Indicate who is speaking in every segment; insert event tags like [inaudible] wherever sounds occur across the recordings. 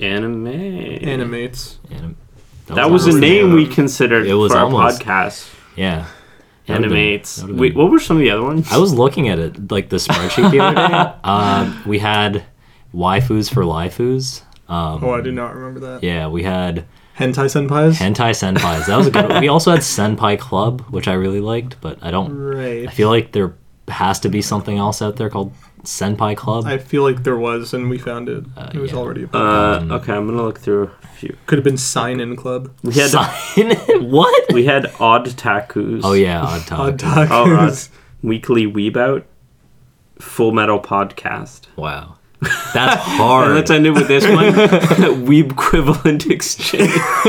Speaker 1: Anime.
Speaker 2: Mm-hmm.
Speaker 3: Animates.
Speaker 2: Anim-
Speaker 1: That was a
Speaker 2: almost-
Speaker 1: name we considered
Speaker 2: It was
Speaker 1: for
Speaker 2: almost-
Speaker 1: our podcast.
Speaker 2: Yeah. That would've been-
Speaker 1: Animates.
Speaker 2: that would've
Speaker 1: Wait,
Speaker 2: been-
Speaker 1: what were some of the other ones?
Speaker 2: I was looking at it, like the spreadsheet the
Speaker 1: [laughs]
Speaker 2: other day. Um, we had waifus for lifus. Um,
Speaker 3: Oh, I do not remember that.
Speaker 2: yeah, we had
Speaker 3: Hentai senpais.
Speaker 2: hentai senpais. That was a good. one. We also had senpai club, which I really liked, but I don't.
Speaker 3: right.
Speaker 2: I feel like there has to be something else out there called senpai club.
Speaker 3: I feel like there was, and we found it. it was
Speaker 2: yeah.
Speaker 3: already. A-
Speaker 1: Uh, okay, I'm gonna look through a few.
Speaker 3: Could have been sign in club.
Speaker 1: We had
Speaker 2: Sign [laughs] what?
Speaker 1: we had odd tacos.
Speaker 2: Oh yeah, odd
Speaker 3: Odd tacos.
Speaker 2: topic.
Speaker 1: Oh,
Speaker 2: [laughs]
Speaker 1: right.
Speaker 3: [laughs]
Speaker 1: Weekly Weebout. Full Metal Podcast.
Speaker 2: Wow, Oh,
Speaker 1: [laughs]
Speaker 2: that's
Speaker 1: And
Speaker 2: hard.
Speaker 1: let's end it with this one. [laughs] Weeb equivalent exchange.
Speaker 3: Who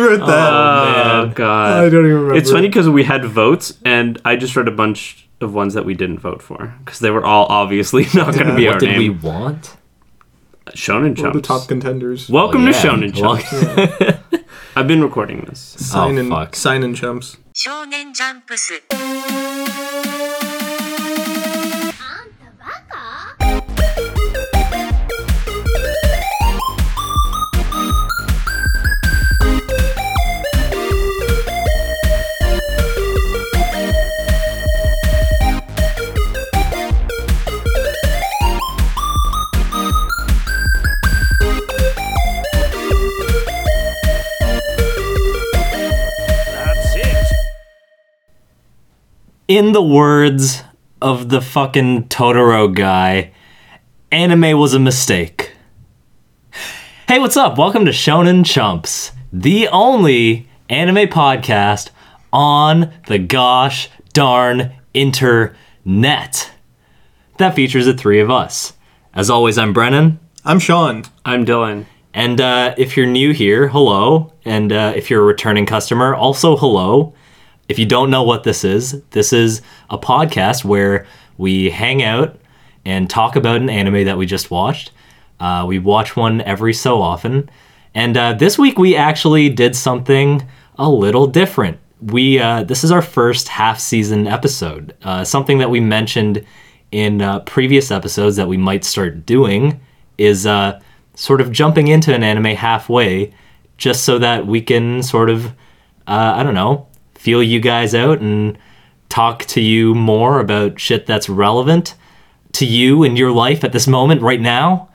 Speaker 3: wrote that?
Speaker 1: Oh god.
Speaker 3: I don't even remember.
Speaker 1: It's funny because we had votes, and I just read a bunch of ones that we didn't vote for because they were all obviously [laughs] not going to be
Speaker 2: what
Speaker 1: our
Speaker 2: did
Speaker 1: name.
Speaker 2: we want?
Speaker 1: Shonen
Speaker 3: One of
Speaker 1: Jumps.
Speaker 3: the top contenders.
Speaker 1: Welcome to
Speaker 2: Oh, yeah.
Speaker 1: Shonen Jumps.
Speaker 2: Well-
Speaker 1: I've been recording this.
Speaker 3: Sign in.
Speaker 2: Oh, fuck.
Speaker 3: Sign in chumps.
Speaker 4: 少年ジャンプス
Speaker 2: in the words of the fucking Totoro guy, anime was a mistake. Hey, what's up? Welcome to Shonen Chumps, the only anime podcast on the gosh darn internet that features the three of us. As always, I'm Brennan.
Speaker 3: I'm Sean.
Speaker 1: I'm Dylan.
Speaker 2: And uh, if you're new here, hello. And uh, if you're a returning customer, also hello. If you don't know what this is, this is a podcast where we hang out and talk about an anime that we just watched. Uh, we watch one every so often. And uh, this week we actually did something a little different. We uh, this is our first half season episode. Uh, something that we mentioned in uh, previous episodes that we might start doing is uh, sort of jumping into an anime halfway, just so that we can sort of, uh, I don't know, feel you guys out and talk to you more about shit that's relevant to you in your life at this moment, right now.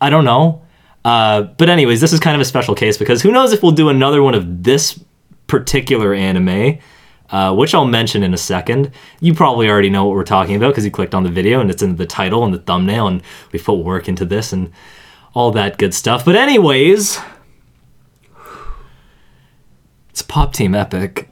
Speaker 2: I don't know. Uh, but anyways, this is kind of a special case because who knows if we'll do another one of this particular anime, uh, which I'll mention in a second. You probably already know what we're talking about because you clicked on the video and it's in the title and the thumbnail, and we put work into this and all that good stuff. But anyways, it's Pop Team Epic.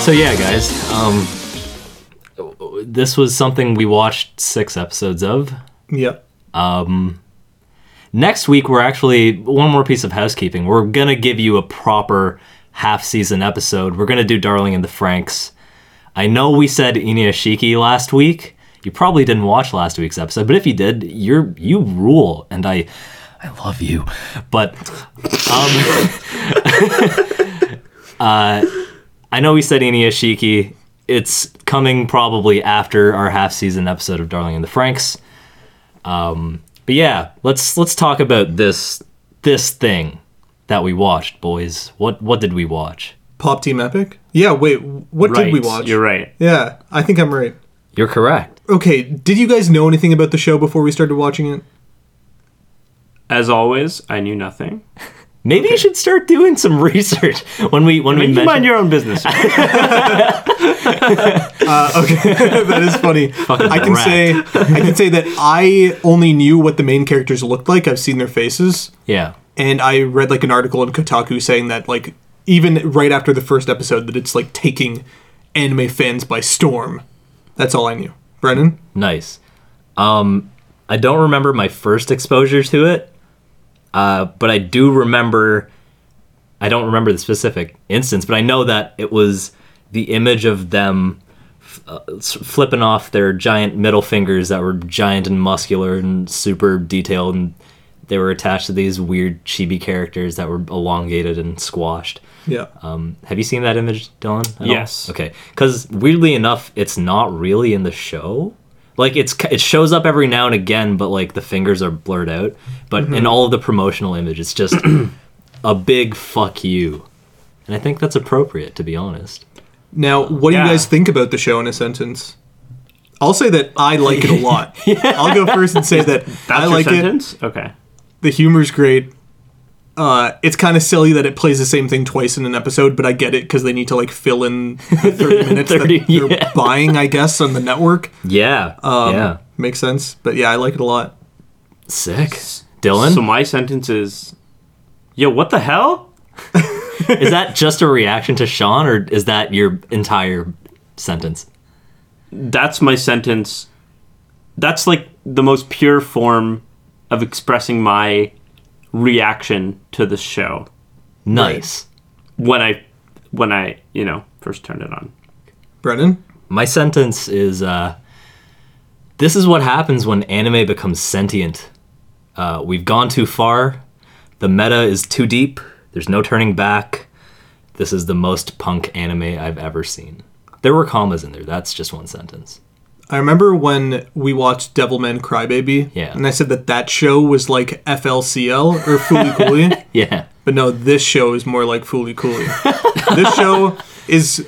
Speaker 2: So yeah, guys, um, this was something we watched six episodes of.
Speaker 3: Yep.
Speaker 2: Next week, we're actually one more piece of housekeeping. We're gonna give you a proper half-season episode. We're gonna do Darling in the Franks. I know we said Inuyashiki last week. You probably didn't watch last week's episode, but if you did, you're you rule, and I, I love you. But, um, [laughs] uh, I know we said Inuyashiki. It's coming probably after our half season episode of Darling in the Franks. Um, but yeah, let's let's talk about this this thing that we watched, boys. What what did we watch?
Speaker 3: Pop Team Epic. Yeah. Wait. What
Speaker 1: Right.
Speaker 3: did we watch?
Speaker 1: You're right.
Speaker 3: Yeah. I think I'm right.
Speaker 2: You're correct.
Speaker 3: Okay. Did you guys know anything about the show before we started watching it?
Speaker 1: As always, I knew nothing.
Speaker 2: Maybe you should start doing some [laughs] research when we when we
Speaker 1: You
Speaker 2: mention.
Speaker 1: mind your own business.
Speaker 3: Uh, Okay, [laughs] that is funny. I can
Speaker 2: rat.
Speaker 3: say I can say that I only knew what the main characters looked like. I've seen their faces,
Speaker 2: yeah,
Speaker 3: and I read like an article in Kotaku saying that like even right after the first episode that it's like taking anime fans by storm. That's all I knew. Brennan,
Speaker 2: nice. Um, I don't remember my first exposure to it, uh, but I do remember. I don't remember the specific instance, but I know that it was the image of them uh, s- flipping off their giant middle fingers that were giant and muscular and super detailed, and they were attached to these weird chibi characters that were elongated and squashed.
Speaker 3: Yeah.
Speaker 2: Um, have you seen that image, Dylan? at all?
Speaker 1: Yes.
Speaker 2: Okay. Because weirdly enough, it's not really in the show. Like it's ki- it shows up every now and again, but like the fingers are blurred out. But in all of the promotional image, it's just a big fuck you, and I think that's appropriate to be honest.
Speaker 3: Now, what do
Speaker 1: Yeah.
Speaker 3: you guys think about the show in a sentence? I'll say that I like it a
Speaker 1: [laughs]
Speaker 3: lot. I'll go first and say that
Speaker 1: That's
Speaker 3: I
Speaker 1: your
Speaker 3: like it.
Speaker 1: sentence? Okay.
Speaker 3: The humor's great. Uh, it's kind of silly that it plays the same thing twice in an episode, but I get it because they need to like fill in
Speaker 2: [laughs]
Speaker 3: the thirty minutes
Speaker 2: 30,
Speaker 3: that they're
Speaker 2: yeah.
Speaker 3: buying, I guess, on the network.
Speaker 2: Yeah.
Speaker 3: Um,
Speaker 2: yeah.
Speaker 3: makes sense. But yeah, I like it a lot.
Speaker 2: Sick. Dylan,
Speaker 1: So my sentence is, yo, what the hell?
Speaker 2: is that just a reaction to Sean, or is that your entire sentence?
Speaker 1: That's my sentence. That's like the most pure form of expressing my reaction to the show
Speaker 2: Nice.
Speaker 1: when I, when I, you know, first turned it on.
Speaker 3: Brennan,
Speaker 2: My sentence is uh, this is what happens when anime becomes sentient. Uh, we've gone too far. The meta is too deep. There's no turning back. This is the most punk anime I've ever seen. There were commas in there. That's just one sentence. [laughs]
Speaker 3: I remember when we watched Devilman Crybaby,
Speaker 2: Yeah.
Speaker 3: and I said that that show was like FLCL or Foolie
Speaker 2: [laughs]
Speaker 3: Coolie.
Speaker 2: Yeah.
Speaker 3: But no, this show is more like Foolie
Speaker 2: [laughs]
Speaker 3: Cooley. this show is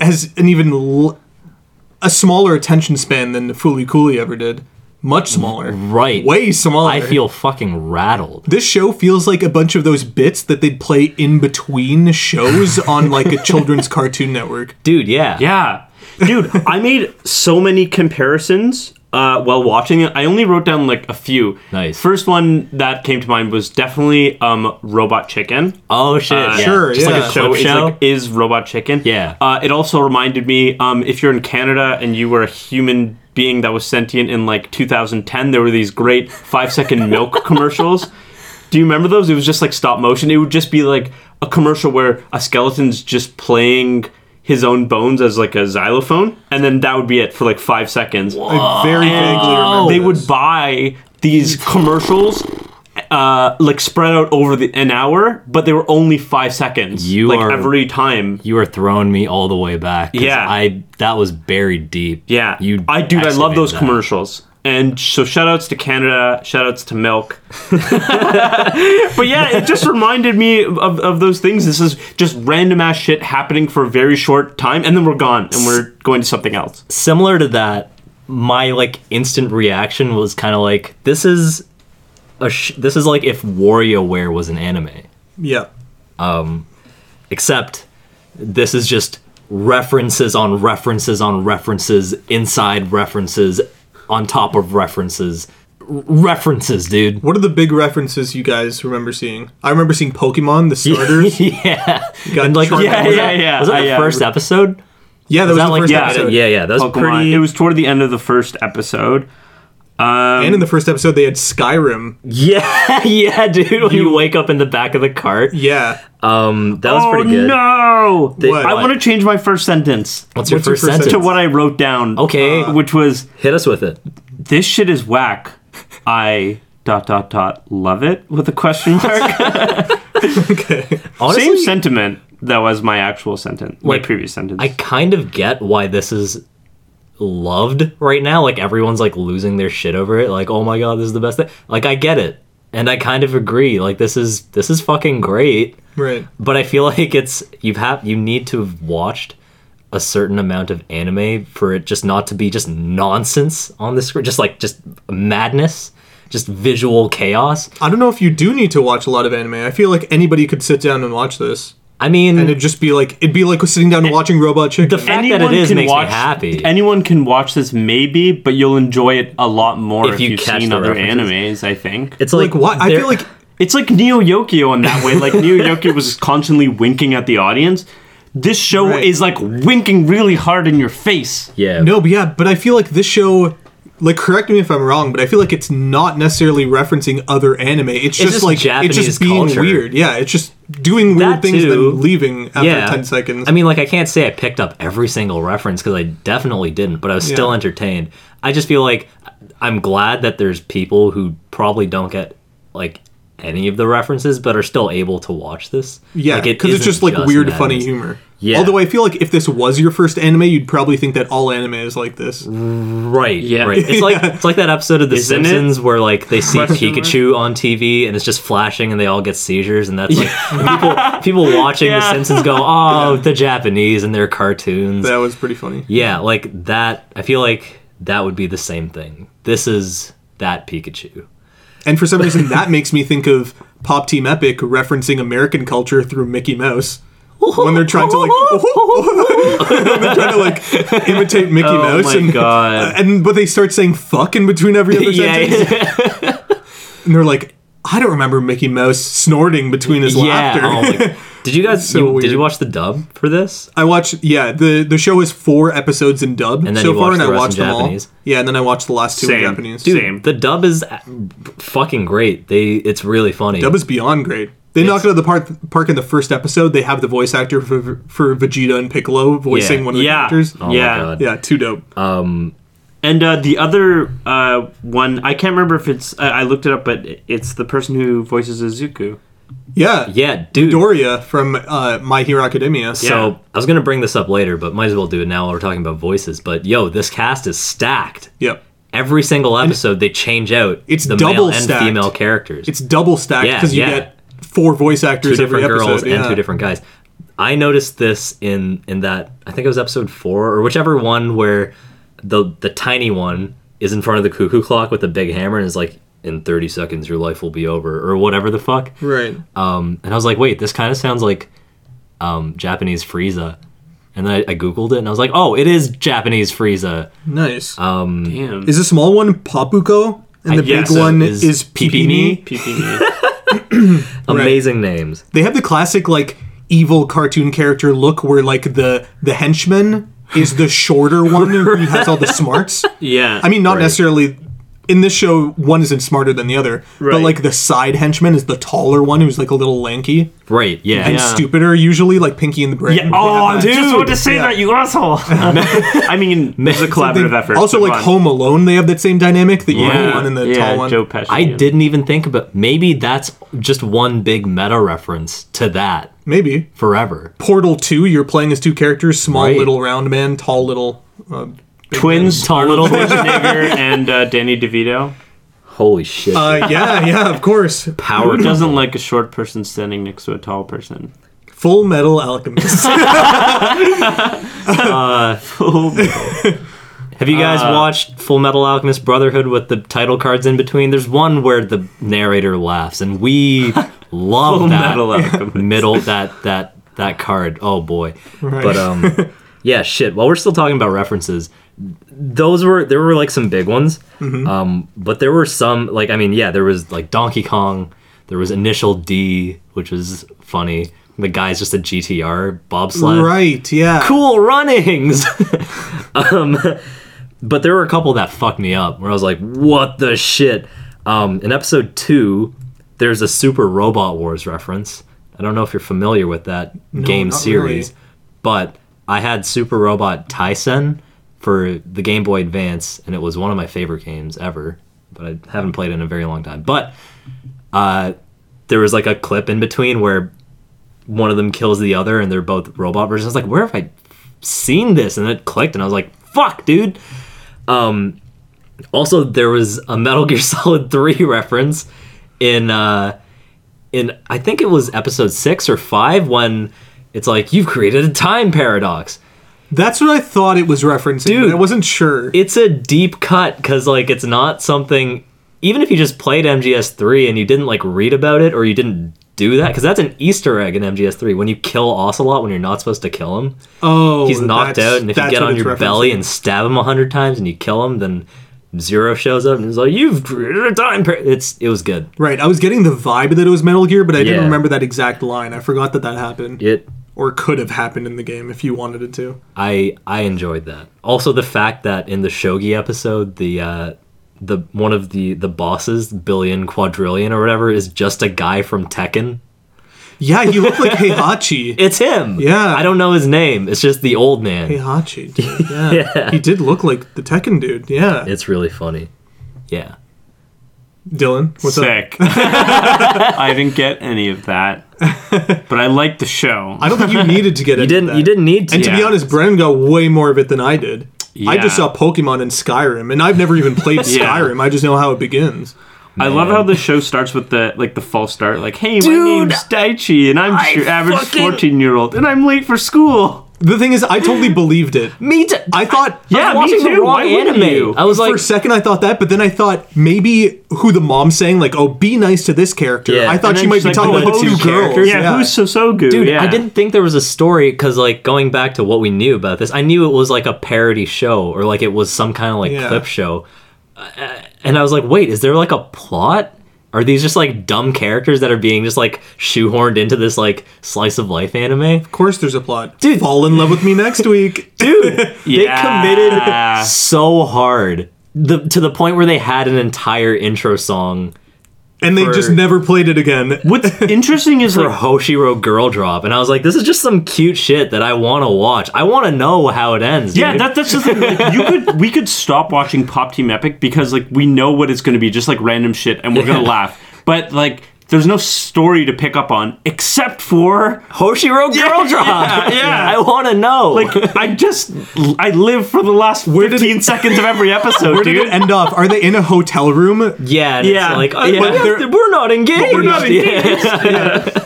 Speaker 3: has an even l- a smaller attention span than the Foolie Cooley ever did. Much smaller.
Speaker 2: Right.
Speaker 3: Way smaller.
Speaker 2: I feel fucking rattled.
Speaker 3: this show feels like a bunch of those bits that they'd play in between
Speaker 2: [laughs]
Speaker 3: shows on like a children's cartoon network.
Speaker 2: Dude, yeah.
Speaker 1: Yeah. Dude, I made so many comparisons uh, while watching it. I only wrote down like a few.
Speaker 2: Nice.
Speaker 1: First one that came to mind was definitely um, Robot Chicken.
Speaker 2: Oh, shit.
Speaker 1: Uh,
Speaker 2: yeah.
Speaker 3: sure,
Speaker 2: Just like
Speaker 3: yeah.
Speaker 2: a
Speaker 1: So
Speaker 2: clip
Speaker 1: it's
Speaker 2: show.
Speaker 1: like, is Robot Chicken?
Speaker 2: Yeah.
Speaker 1: Uh, it also reminded me um, if you're in Canada and you were a human being that was sentient in like 2010, there were these great five second milk commercials. Do you remember those? It was just like stop motion. It would just be like a commercial where a skeleton's just playing his own bones as like a xylophone, and then that would be it for like five seconds
Speaker 3: I
Speaker 2: Oh.
Speaker 3: very vaguely remember.
Speaker 1: they
Speaker 3: this.
Speaker 1: would buy these commercials uh, like spread out over the, an hour but they were only five seconds
Speaker 2: You
Speaker 1: like
Speaker 2: are-
Speaker 1: every time
Speaker 2: you are throwing me all the way back. 'cause
Speaker 1: Yeah.
Speaker 2: I that was buried deep.
Speaker 1: yeah
Speaker 2: You
Speaker 1: i dude i love
Speaker 2: excavated
Speaker 1: those
Speaker 2: that.
Speaker 1: commercials and so shout outs to canada shout outs to
Speaker 2: [laughs]
Speaker 1: milk but yeah it just reminded me of, of those things this is just random ass shit happening for a very short time and then we're gone and we're going to something else
Speaker 2: similar to that, my like instant reaction was kind of like this is a sh- this is like if WarioWare was an anime,
Speaker 3: Yeah.
Speaker 2: except this is just references on references on references inside references on top of references R- references, dude.
Speaker 3: What are the big references you guys remember seeing? I remember seeing Pokemon, the starters.
Speaker 2: yeah,
Speaker 3: You got
Speaker 2: [laughs] and like
Speaker 3: Charmander.
Speaker 1: yeah,
Speaker 2: was
Speaker 1: yeah,
Speaker 2: that,
Speaker 1: yeah.
Speaker 2: Was that the
Speaker 1: Yeah.
Speaker 2: first episode?
Speaker 3: Yeah, that was,
Speaker 2: Was that
Speaker 3: the
Speaker 2: like
Speaker 3: first
Speaker 1: yeah,
Speaker 3: episode.
Speaker 2: yeah, yeah. That was
Speaker 1: Pokemon.
Speaker 2: pretty. [laughs]
Speaker 1: it was toward the end of the first episode
Speaker 3: And in the first episode, they had Skyrim.
Speaker 2: yeah, yeah, dude. When you, wake up in the back of the cart,
Speaker 3: Yeah.
Speaker 2: um, that was
Speaker 1: oh
Speaker 2: pretty good.
Speaker 1: no
Speaker 3: What?
Speaker 1: i want to change my first sentence
Speaker 2: What's your
Speaker 3: What's your
Speaker 2: first,
Speaker 3: first
Speaker 2: sentence?
Speaker 1: to what I wrote down.
Speaker 2: Okay.
Speaker 1: uh, which was
Speaker 2: Hit us with it.
Speaker 1: this shit is whack. I dot dot dot love it with a question
Speaker 2: [laughs]
Speaker 1: mark.
Speaker 3: Okay.
Speaker 2: Honestly,
Speaker 1: Same sentiment though as my actual sentence, my
Speaker 2: Like,
Speaker 1: previous sentence.
Speaker 2: I kind of get why this is loved right now. Like everyone's like losing their shit over it. Like, oh my god, this is the best thing. Like I get it. And I kind of agree. Like this is this is fucking great.
Speaker 3: Right.
Speaker 2: But I feel [laughs] like it's you've have you need to have watched a certain amount of anime for it just not to be just nonsense on the screen. Just like just madness. Just visual chaos.
Speaker 3: I don't know if you do need to watch a lot of anime. I feel like anybody could sit down and watch this.
Speaker 2: I mean
Speaker 3: And it'd just be like, it'd be like sitting down and watching Robot Chicken.
Speaker 2: fact- that it is makes me happy.
Speaker 1: Anyone can watch this maybe, but you'll enjoy it a lot more
Speaker 2: If
Speaker 1: if,
Speaker 2: you
Speaker 1: you've
Speaker 2: catch
Speaker 1: seen
Speaker 2: the
Speaker 1: other
Speaker 2: references.
Speaker 1: animes. I think
Speaker 2: it's
Speaker 3: like,
Speaker 2: like,
Speaker 3: why? I
Speaker 2: there-
Speaker 3: feel like
Speaker 1: it's like Neo Yokio in that way. Like Neo Yokio
Speaker 2: [laughs]
Speaker 1: was constantly winking at the audience. This show
Speaker 3: Right.
Speaker 1: is like winking really hard in your face.
Speaker 2: yeah.
Speaker 3: no, but yeah, but I feel like this show like correct me if I'm wrong, but I feel like it's not necessarily referencing other anime. It's, just,
Speaker 2: just
Speaker 3: like it's
Speaker 2: Japanese
Speaker 3: just being
Speaker 2: culture.
Speaker 3: weird. Yeah, it's just doing weird
Speaker 2: That
Speaker 3: things
Speaker 2: too.
Speaker 3: then leaving after
Speaker 2: yeah.
Speaker 3: ten seconds.
Speaker 2: I mean, like, I can't say I picked up every single reference because I definitely didn't, but I was still
Speaker 3: Yeah.
Speaker 2: entertained. I just feel like I'm glad that there's people who probably don't get, like, any of the references, but are still able to watch this.
Speaker 3: yeah,
Speaker 2: Like, it
Speaker 3: because it's
Speaker 2: isn't
Speaker 3: just like weird,
Speaker 2: madness.
Speaker 3: funny humor.
Speaker 2: Yeah.
Speaker 3: Although I feel like if this was your first anime, you'd probably think that all anime is like this.
Speaker 2: Mm. Right.
Speaker 1: Yeah.
Speaker 2: Right.
Speaker 3: [laughs]
Speaker 2: It's like it's like that episode of The
Speaker 1: Isn't it?
Speaker 2: Simpsons where like they see
Speaker 1: Question mark?
Speaker 2: Pikachu on TV and it's just flashing and they all get seizures and that's like and people people watching
Speaker 1: [laughs] Yeah.
Speaker 2: The Simpsons go, oh, the Japanese and their cartoons.
Speaker 3: That was pretty funny.
Speaker 2: yeah, like that. I feel like that would be the same thing. This is that Pikachu.
Speaker 3: And for some
Speaker 1: [laughs]
Speaker 3: reason, that makes me think of Pop Team Epic referencing American culture through Mickey Mouse. When they're trying to
Speaker 1: [laughs]
Speaker 3: like, [laughs] when they're trying to like imitate Mickey
Speaker 1: Oh
Speaker 3: Mouse,
Speaker 1: my
Speaker 3: and, uh,
Speaker 1: god.
Speaker 3: and but they start saying "fuck" in between every other
Speaker 2: [laughs] Yeah,
Speaker 3: sentence, and they're like, "I don't remember Mickey Mouse snorting between his
Speaker 2: Yeah.
Speaker 3: laughter."
Speaker 2: [laughs] Oh my, did you guys
Speaker 3: so
Speaker 2: you- did
Speaker 3: weird.
Speaker 2: you watch the dub for this?
Speaker 3: [laughs] I watched, yeah, the the show is four episodes in dub
Speaker 2: And then
Speaker 3: so
Speaker 2: you
Speaker 3: far, and
Speaker 2: watched the
Speaker 3: I
Speaker 2: rest in
Speaker 3: watched them
Speaker 2: Japanese.
Speaker 3: all. Yeah, and then I watched the last two in
Speaker 1: Same.
Speaker 3: Japanese.
Speaker 1: Same.
Speaker 2: The dub is uh, fucking great. They it's really funny.
Speaker 3: Dub is beyond great. They knocked it out of the park, park in the first episode. They have the voice actor for, for Vegeta and Piccolo voicing
Speaker 2: Yeah.
Speaker 3: one of the
Speaker 1: Yeah.
Speaker 3: characters.
Speaker 2: oh
Speaker 1: Yeah.
Speaker 2: my god.
Speaker 3: Yeah, too dope.
Speaker 1: And uh, the other uh, one, I can't remember if it's. I, I looked it up, but it's the person who voices Izuku.
Speaker 3: yeah.
Speaker 2: Um, Yeah, dude.
Speaker 3: Doria from uh, My Hero Academia.
Speaker 2: So
Speaker 1: Yeah.
Speaker 2: I was gonna bring this up later, but might as well do it now. while We're talking about voices, but yo, this cast is stacked.
Speaker 3: Yep.
Speaker 2: Every single episode, they change out
Speaker 3: It's
Speaker 2: the
Speaker 3: double
Speaker 2: male and
Speaker 3: stacked.
Speaker 2: female characters.
Speaker 3: It's double stacked
Speaker 2: Yeah,
Speaker 3: because you
Speaker 2: yeah.
Speaker 3: get four voice actors
Speaker 2: two different
Speaker 3: every episode.
Speaker 2: girls
Speaker 3: yeah.
Speaker 2: and two different guys. I noticed this in in that I think it was episode four or whichever one where the the tiny one is in front of the cuckoo clock with the big hammer and is like, "In thirty seconds, your life will be over," or whatever the fuck.
Speaker 3: Right.
Speaker 2: Um, and I was like, wait, this kind of sounds like um, Japanese Frieza. And then I, I Googled it and I was like, oh, it is Japanese Frieza.
Speaker 3: Nice.
Speaker 2: Um,
Speaker 1: Damn. [laughs]
Speaker 3: Hmm. is the small one Papuko? And the
Speaker 1: yes,
Speaker 3: big one
Speaker 2: it is
Speaker 3: is, Pipini.
Speaker 1: PP
Speaker 2: Amazing names.
Speaker 3: They have the classic, like, evil cartoon character look where, like, the, the henchman is the shorter one
Speaker 2: [laughs]
Speaker 3: who has all the smarts.
Speaker 1: Yeah.
Speaker 3: I mean, not
Speaker 2: Right.
Speaker 3: necessarily. In this show, one isn't smarter than the other, but
Speaker 1: Right.
Speaker 3: like the side henchman is the taller one who's like a little lanky
Speaker 2: Right, yeah.
Speaker 3: and stupider, usually like Pinky in the Brain.
Speaker 1: [laughs] Yeah.
Speaker 3: They
Speaker 1: Oh,
Speaker 3: have
Speaker 1: I'm
Speaker 3: that.
Speaker 1: just about to say that, you
Speaker 3: [laughs]
Speaker 1: asshole. [laughs] I mean, it's a collaborative
Speaker 3: They-
Speaker 1: effort.
Speaker 3: Also,
Speaker 1: Come
Speaker 3: like
Speaker 1: on.
Speaker 3: Home Alone, they have that same dynamic: the
Speaker 1: Yeah,
Speaker 3: young one and the
Speaker 1: yeah,
Speaker 3: tall one.
Speaker 1: Joe Pesci.
Speaker 2: I
Speaker 1: yeah.
Speaker 2: didn't even think about maybe that's just one big meta reference to that
Speaker 3: Maybe
Speaker 2: forever.
Speaker 3: Portal Two, you're playing as two characters: small
Speaker 2: Right.
Speaker 3: little round man, tall little. Uh,
Speaker 1: twins,
Speaker 2: Tall
Speaker 1: [laughs]
Speaker 2: little
Speaker 1: [laughs]
Speaker 2: [laughs]
Speaker 1: Schwarzenegger and uh, Danny DeVito.
Speaker 2: Holy shit.
Speaker 3: [laughs] uh, yeah, yeah, of course.
Speaker 2: power
Speaker 1: Who doesn't like a short person standing next to a tall person?
Speaker 3: Full Metal
Speaker 2: [laughs]
Speaker 3: Alchemist.
Speaker 2: Have you guys watched Full Metal Alchemist Brotherhood with the title cards in between? There's one where the narrator laughs, and we love
Speaker 1: Full
Speaker 2: that
Speaker 1: Metal Alchemist.
Speaker 2: middle that that that card. Oh boy!
Speaker 3: Right.
Speaker 2: But um, yeah, shit. While we're still talking about references, those were there were like some big ones. Um, but there were some like I mean, yeah, there was like Donkey Kong. There was Initial D, which was funny. The guy's just a GTR bobsled
Speaker 3: right? Yeah.
Speaker 2: cool runnings. um, but there were a couple that fucked me up where I was like, what the shit? Um, in episode two, there's a Super Robot Wars reference. I don't know if you're familiar with that game
Speaker 3: not
Speaker 2: series,
Speaker 3: really.
Speaker 2: but I had Super Robot Tyson for the Game Boy Advance, and it was one of my favorite games ever. But I haven't played it in a very long time. But uh, there was like a clip in between where one of them kills the other and they're both robot versions. I was like, where have I seen this? And it clicked and I was like, fuck, dude. Um, also, there was a Metal Gear [laughs] Solid 3 reference in, uh, in I think it was episode 6 or 5 when it's like, you've created a time paradox.
Speaker 3: That's what I thought it was referencing. Dude,
Speaker 2: Dude.
Speaker 3: I wasn't sure.
Speaker 2: it's a deep cut because like it's not something even if you just played mgs3 and you didn't like read about it or you didn't do that because that's an easter egg in mgs3 when you kill ocelot when you're not supposed to kill him
Speaker 3: oh,
Speaker 2: he's knocked
Speaker 3: that's-
Speaker 2: out and if you
Speaker 3: that's
Speaker 2: get
Speaker 3: what
Speaker 2: on
Speaker 3: it's
Speaker 2: your
Speaker 3: referencing.
Speaker 2: belly and stab him a hundred times and you kill him then zero shows up and he's like you've created a time par-" it's it was good
Speaker 3: Right, I was getting the vibe that it was Metal Gear, but I
Speaker 2: Yeah.
Speaker 3: didn't remember that exact line. I forgot that that happened.
Speaker 2: it
Speaker 3: or could have happened in the game if you wanted it to.
Speaker 2: I I enjoyed that. Also, the fact that in the Shogi episode, the uh, the one of the the bosses, billion quadrillion or whatever, is just a guy from Tekken.
Speaker 3: Yeah, you look like Heihachi.
Speaker 2: It's him.
Speaker 3: Yeah.
Speaker 2: I don't know his name. It's just the old man.
Speaker 3: Heihachi, dude. Yeah. He did look like the Tekken dude. Yeah.
Speaker 2: It's really funny. Yeah.
Speaker 3: Dylan, what's up?
Speaker 1: Sick. [laughs] I didn't get any of
Speaker 3: [laughs]
Speaker 1: that, but I liked the show.
Speaker 3: I don't think you needed to get
Speaker 2: [laughs] You
Speaker 3: into
Speaker 2: didn't.
Speaker 3: that.
Speaker 2: You didn't need to.
Speaker 3: And to be
Speaker 1: Yeah.
Speaker 3: honest, Brennan got way more of it than I did. I just
Speaker 1: Yeah.
Speaker 3: saw Pokemon and Skyrim, and I've never even played
Speaker 1: Yeah.
Speaker 3: Skyrim. I just know how it begins.
Speaker 1: I love how the show starts with the like the false start, like, "Hey, my name's Daichi, and I'm just your average fourteen-year-old, and I'm late for school."
Speaker 3: The thing is, I totally believed it.
Speaker 2: Me too.
Speaker 3: I thought
Speaker 1: Yeah,
Speaker 2: I'm
Speaker 1: me
Speaker 2: watching the
Speaker 1: too.
Speaker 2: wrong
Speaker 1: Why wouldn't
Speaker 2: anime.
Speaker 1: you?
Speaker 2: I was like,
Speaker 3: for a second I thought that, but then I thought maybe who the mom's saying like, "Oh, be nice to this character."
Speaker 2: Yeah.
Speaker 3: I thought
Speaker 2: And
Speaker 3: she
Speaker 1: then
Speaker 3: might
Speaker 1: she's
Speaker 3: be
Speaker 1: like,
Speaker 3: talking
Speaker 1: "Oh,
Speaker 3: about
Speaker 1: two
Speaker 3: two girls.
Speaker 1: characters? Yeah, who's Sosogu?
Speaker 2: dude,
Speaker 1: yeah.
Speaker 2: I didn't think there was a story because, like, going back to what we knew about this, I knew it was like a parody show or like it was some kind of like
Speaker 3: Yeah.
Speaker 2: clip show, Uh, and I was like, wait, is there like a plot? Are these just like dumb characters that are being just like shoehorned into this like slice of life anime?
Speaker 3: Of course, there's a plot.
Speaker 2: Dude.
Speaker 3: fall in love with me next week.
Speaker 2: Dude, they
Speaker 1: Yeah.
Speaker 2: committed so hard the, to the point where they had an entire intro song
Speaker 3: and they
Speaker 2: For-
Speaker 3: just never played it again.
Speaker 1: What's
Speaker 2: [laughs]
Speaker 1: interesting is
Speaker 2: for
Speaker 1: like
Speaker 2: Hoshiro Girl Drop, and I was like, this is just some cute shit that I want to watch. I want to know how it ends.
Speaker 1: Yeah,
Speaker 2: dude.
Speaker 1: that, that's the thing. Like, you could we could stop watching Pop Team Epic because like we know what it's going to be, just like random shit, and we're gonna laugh. But like, there's no story to pick up on except for
Speaker 2: Hoshiro Girl
Speaker 1: Yeah,
Speaker 2: [laughs] Drop.
Speaker 1: yeah.
Speaker 2: I want to know.
Speaker 1: like I just I live for the last 15 seconds of every episode,
Speaker 3: [laughs] Where did
Speaker 1: dude.
Speaker 3: it end off? Are they in a hotel room?
Speaker 2: yeah, and
Speaker 1: Yeah.
Speaker 2: it's like
Speaker 1: Uh,
Speaker 2: yeah,
Speaker 1: but
Speaker 3: they're-
Speaker 2: we're not engaged.
Speaker 1: We're not engaged.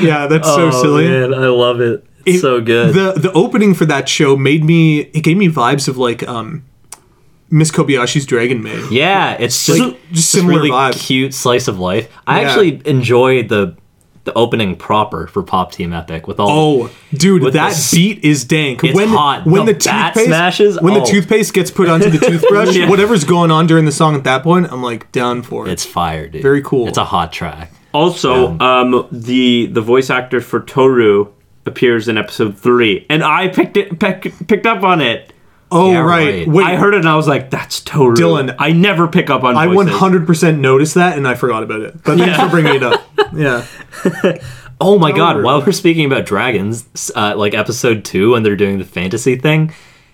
Speaker 3: Yeah, that's so
Speaker 2: Oh,
Speaker 3: silly.
Speaker 2: man, I love it. It's
Speaker 3: It-
Speaker 2: so good.
Speaker 3: The the opening for that show made me. It gave me vibes of like um, Miss Kobayashi's Dragon Maid.
Speaker 2: yeah, it's just,
Speaker 3: like, just
Speaker 2: just
Speaker 3: similar
Speaker 2: really
Speaker 3: vibe.
Speaker 2: cute slice of life. I
Speaker 3: Yeah.
Speaker 2: actually enjoy the the opening proper for Pop Team Epic with all
Speaker 3: Oh, dude,
Speaker 2: With
Speaker 3: that
Speaker 2: this-
Speaker 3: beat is dank.
Speaker 2: It's hot.
Speaker 3: When the,
Speaker 2: The bat
Speaker 3: toothpaste
Speaker 2: smashes?
Speaker 3: when
Speaker 2: Oh.
Speaker 3: the toothpaste gets put onto
Speaker 2: [laughs]
Speaker 3: the toothbrush,
Speaker 1: Yeah.
Speaker 3: whatever's going on during the song at that point, I'm like down for it.
Speaker 2: it's fire, dude.
Speaker 3: Very cool.
Speaker 2: It's a hot track.
Speaker 1: Also, um, the the voice actor for Toru appears in episode three, and I picked it peck, picked up on it.
Speaker 3: oh
Speaker 2: yeah,
Speaker 3: right.
Speaker 2: right.
Speaker 3: Wait,
Speaker 1: I heard it and I was like, "That's Toru."
Speaker 3: Dylan,
Speaker 1: I never pick up on.
Speaker 3: I
Speaker 1: voices.
Speaker 3: 100% noticed that and I forgot about it. But thanks for bringing it
Speaker 2: [laughs]
Speaker 3: up. Yeah.
Speaker 2: Oh my god,
Speaker 3: Toru.
Speaker 2: while we're speaking about dragons, s- uh, like episode two, when they're doing the fantasy thing,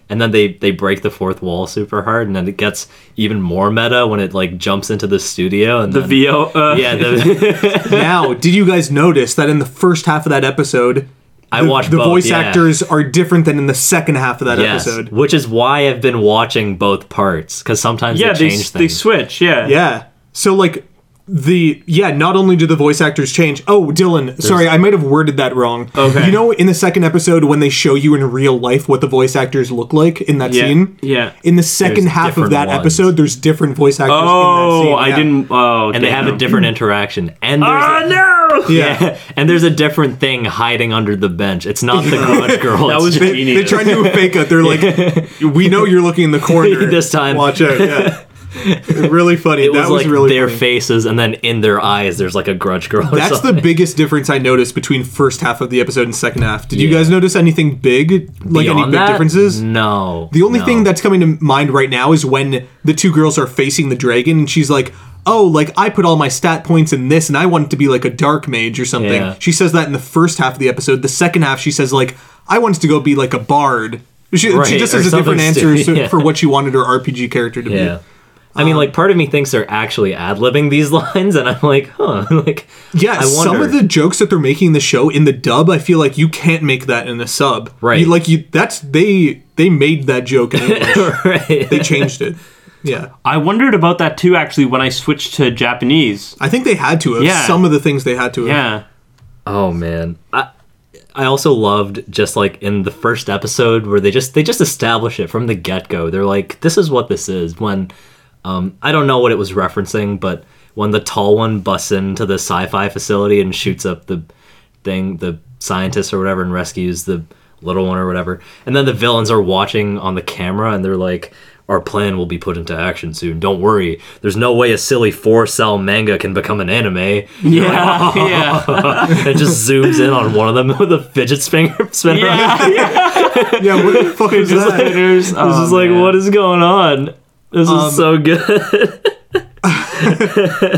Speaker 2: and then they, they break the fourth wall super hard, and then it gets even more meta when it like jumps into the studio and
Speaker 1: The
Speaker 2: then,
Speaker 1: VO. Uh,
Speaker 2: yeah, the,
Speaker 3: Now, did you guys notice that in the first half of that episode,
Speaker 2: [laughs] I
Speaker 3: the,
Speaker 2: watched
Speaker 3: the
Speaker 2: both,
Speaker 3: voice
Speaker 2: yeah.
Speaker 3: actors are different than in the second half of that
Speaker 2: yes,
Speaker 3: episode.
Speaker 2: which is why I've been watching both parts because sometimes
Speaker 1: yeah,
Speaker 2: they
Speaker 1: they,
Speaker 2: change
Speaker 1: s- they
Speaker 2: things.
Speaker 1: switch. Yeah,
Speaker 3: Yeah. So like the yeah, not only do the voice actors change. Oh, Dylan, sorry, I might have worded that wrong.
Speaker 1: Okay.
Speaker 3: You know, in the second episode when they show you in real life what the voce actors look like in that
Speaker 1: Yeah,
Speaker 3: scene.
Speaker 1: yeah.
Speaker 3: In the second
Speaker 2: There's
Speaker 3: half of
Speaker 2: different
Speaker 3: that
Speaker 2: ones.
Speaker 3: episode, there's different voice actors
Speaker 1: Oh,
Speaker 3: in that scene.
Speaker 1: I
Speaker 3: yeah.
Speaker 1: didn't. Oh,
Speaker 2: and they have a different interaction, and there's
Speaker 1: Oh
Speaker 2: a,
Speaker 1: no!
Speaker 3: Yeah.
Speaker 2: [laughs] and there's a different thing hiding under the bench. It's not the garage girl.
Speaker 1: That
Speaker 2: it's
Speaker 1: was
Speaker 2: just-
Speaker 3: They, they try to do
Speaker 2: [laughs]
Speaker 3: a fake out. They're like, "We know you're looking in the corner
Speaker 2: This time.
Speaker 3: Watch out!"
Speaker 2: [laughs]
Speaker 3: Yeah, really funny.
Speaker 2: it
Speaker 3: that
Speaker 2: was,
Speaker 3: was,
Speaker 2: like
Speaker 3: really
Speaker 2: their
Speaker 3: funny.
Speaker 2: faces, and then in their eyes, there's like a grudge girl. or
Speaker 3: That's the
Speaker 2: something.
Speaker 3: biggest difference I noticed between first half of the episode and second half. Did you guys notice anything big, like any
Speaker 2: Beyond
Speaker 3: big
Speaker 2: that,
Speaker 3: differences?
Speaker 2: No.
Speaker 3: The only
Speaker 2: no.
Speaker 3: thing that's coming to mind right now is when the two girls are facing the dragon, and she's like, "Oh, like I put all my stat points in this, and I want it to be like a dark mage or something."
Speaker 2: Yeah.
Speaker 3: She says that in the first half of the episode. The second half, she says like, "I want it to go be like a bard." She,
Speaker 2: Right,
Speaker 3: she just
Speaker 2: or
Speaker 3: has a different
Speaker 2: something
Speaker 3: answer
Speaker 2: stupid,
Speaker 3: so-
Speaker 2: [laughs] yeah.
Speaker 3: for what she wanted her RPG character to
Speaker 2: Yeah.
Speaker 3: be.
Speaker 2: I
Speaker 3: Um,
Speaker 2: mean, like, part of me thinks they're actually ad libbing these [laughs] lines, and I'm like, huh, [laughs] like,
Speaker 3: Yeah,
Speaker 2: I
Speaker 3: some
Speaker 2: wonder.
Speaker 3: of the jokes that they're making in the show in the dub, I feel like you can't make that in the sub.
Speaker 2: Right.
Speaker 3: You- like you, that's they they made that joke. In English.
Speaker 2: [laughs] right.
Speaker 3: they changed it. Yeah,
Speaker 1: I wondered about that too. Actually, when I switched to Japanese.
Speaker 3: I think they had to have
Speaker 1: Yeah.
Speaker 3: some of the things they had to. Have.
Speaker 1: Yeah.
Speaker 2: Oh man, I I also loved just like in the first episode where they just they just establish it from the get go. They're like, this is what this is. When um, I don't know what it was referencing, but when the tall one busts into the sci-fi facility and shoots up the thing, the scientist or whatever, and rescues the little one or whatever, and then the villains are watching on the camera and they're like. Our plan will be put into action soon. Don't worry. There's no way a silly four cell manga can become an anime.
Speaker 1: Yeah, [laughs] yeah,
Speaker 2: [laughs] it just zooms in on one of them [laughs] with a fidget spinner. spinner.
Speaker 1: yeah.
Speaker 3: [laughs] Yeah, what
Speaker 2: [laughs]
Speaker 3: the fuck is
Speaker 1: Just
Speaker 3: that?
Speaker 1: haters.
Speaker 2: This
Speaker 1: Oh,
Speaker 2: is like,
Speaker 1: man.
Speaker 2: what is going on? This
Speaker 3: Um,
Speaker 2: is so good.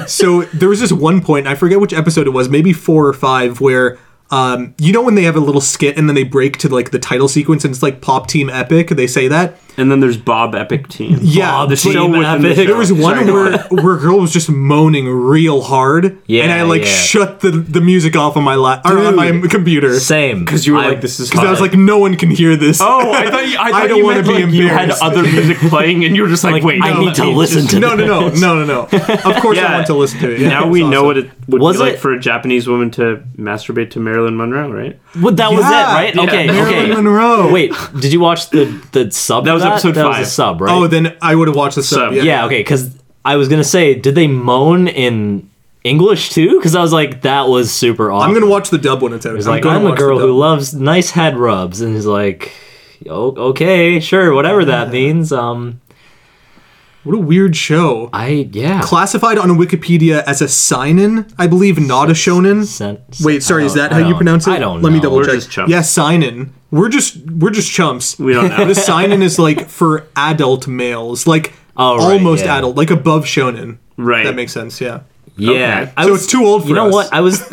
Speaker 3: So there was this one point I forget which episode it was, maybe four or five, where um, you know when they have a little skit and then they break to like the title sequence and it's like Pop Team Epic. They say that.
Speaker 1: And then there's Bob Epic Team.
Speaker 3: Yeah,
Speaker 2: Bob
Speaker 3: but
Speaker 2: Team
Speaker 1: show within the
Speaker 2: Epic.
Speaker 1: show.
Speaker 3: There was one
Speaker 1: Sorry, go
Speaker 3: where where a girl was just moaning real hard,
Speaker 2: Yeah,
Speaker 3: and I like
Speaker 2: yeah.
Speaker 3: shut the, the music off on my la- or on my
Speaker 1: Dude.
Speaker 3: computer because [laughs]
Speaker 2: [laughs] Same.
Speaker 1: Because you were
Speaker 2: I-
Speaker 1: like, this is.
Speaker 3: I was like, no one can hear this.
Speaker 1: oh, I thought you,
Speaker 3: [laughs]
Speaker 1: I, thought
Speaker 3: don't
Speaker 1: you
Speaker 3: wanna
Speaker 1: meant,
Speaker 3: be
Speaker 1: like, You had
Speaker 3: embarrassed.
Speaker 1: other music playing, and you were just like,
Speaker 2: Like,
Speaker 1: wait,
Speaker 2: I
Speaker 1: [laughs] no,
Speaker 2: need to
Speaker 1: it's
Speaker 2: listen
Speaker 1: just-
Speaker 2: to
Speaker 3: no, no, no, no, no, no. Of course, I want to listen to it. Yeah,
Speaker 1: now
Speaker 3: it's
Speaker 1: we know
Speaker 3: awesome.
Speaker 1: what it would
Speaker 2: Was
Speaker 1: be like
Speaker 2: it-
Speaker 1: for a Japanese woman to masturbate to Marilyn Monroe, right?
Speaker 2: Well, that was it,
Speaker 3: Yeah,
Speaker 2: right?
Speaker 1: yeah.
Speaker 2: Okay,
Speaker 3: Marilyn
Speaker 2: okay.
Speaker 3: Monroe.
Speaker 2: Oh, Wait, did you watch the the sub?
Speaker 1: That was
Speaker 2: for
Speaker 1: episode
Speaker 2: that
Speaker 1: five.
Speaker 2: was a sub, right?
Speaker 3: Oh, then I would have watched the sub.
Speaker 1: Sub,
Speaker 3: Yeah.
Speaker 2: yeah. Okay, because I was gonna say, did they moan in English too? Because I was like, that was super awesome.
Speaker 3: I'm gonna watch the dub when it's out.
Speaker 2: It's like
Speaker 3: gonna
Speaker 2: I'm a
Speaker 3: watch the
Speaker 2: girl
Speaker 3: dub.
Speaker 2: who loves nice head rubs, and he's like, "O- okay, sure, whatever that means. Um,
Speaker 3: What a weird show.
Speaker 2: I yeah.
Speaker 3: Classified on Wikipedia as a seinen, I believe, not a shonen.
Speaker 2: Sen-
Speaker 3: Wait, sorry,
Speaker 2: I
Speaker 3: is
Speaker 2: don't-
Speaker 3: that
Speaker 2: I
Speaker 3: how you
Speaker 2: don't-
Speaker 3: pronounce it?
Speaker 2: I don't
Speaker 3: Let me
Speaker 2: know.
Speaker 3: double
Speaker 1: We're
Speaker 3: check.
Speaker 1: just chumps.
Speaker 3: Yeah, seinen. We're just we're just chumps.
Speaker 1: We don't know.
Speaker 3: the seinen is like for adult males, like
Speaker 2: Oh, right,
Speaker 3: almost
Speaker 2: yeah.
Speaker 3: adult, like above shonen.
Speaker 1: Right.
Speaker 3: That makes sense. Yeah.
Speaker 2: yeah.
Speaker 1: Okay.
Speaker 2: I
Speaker 3: So
Speaker 2: was-
Speaker 3: it's too old for
Speaker 2: you know
Speaker 3: us.
Speaker 2: what? I was.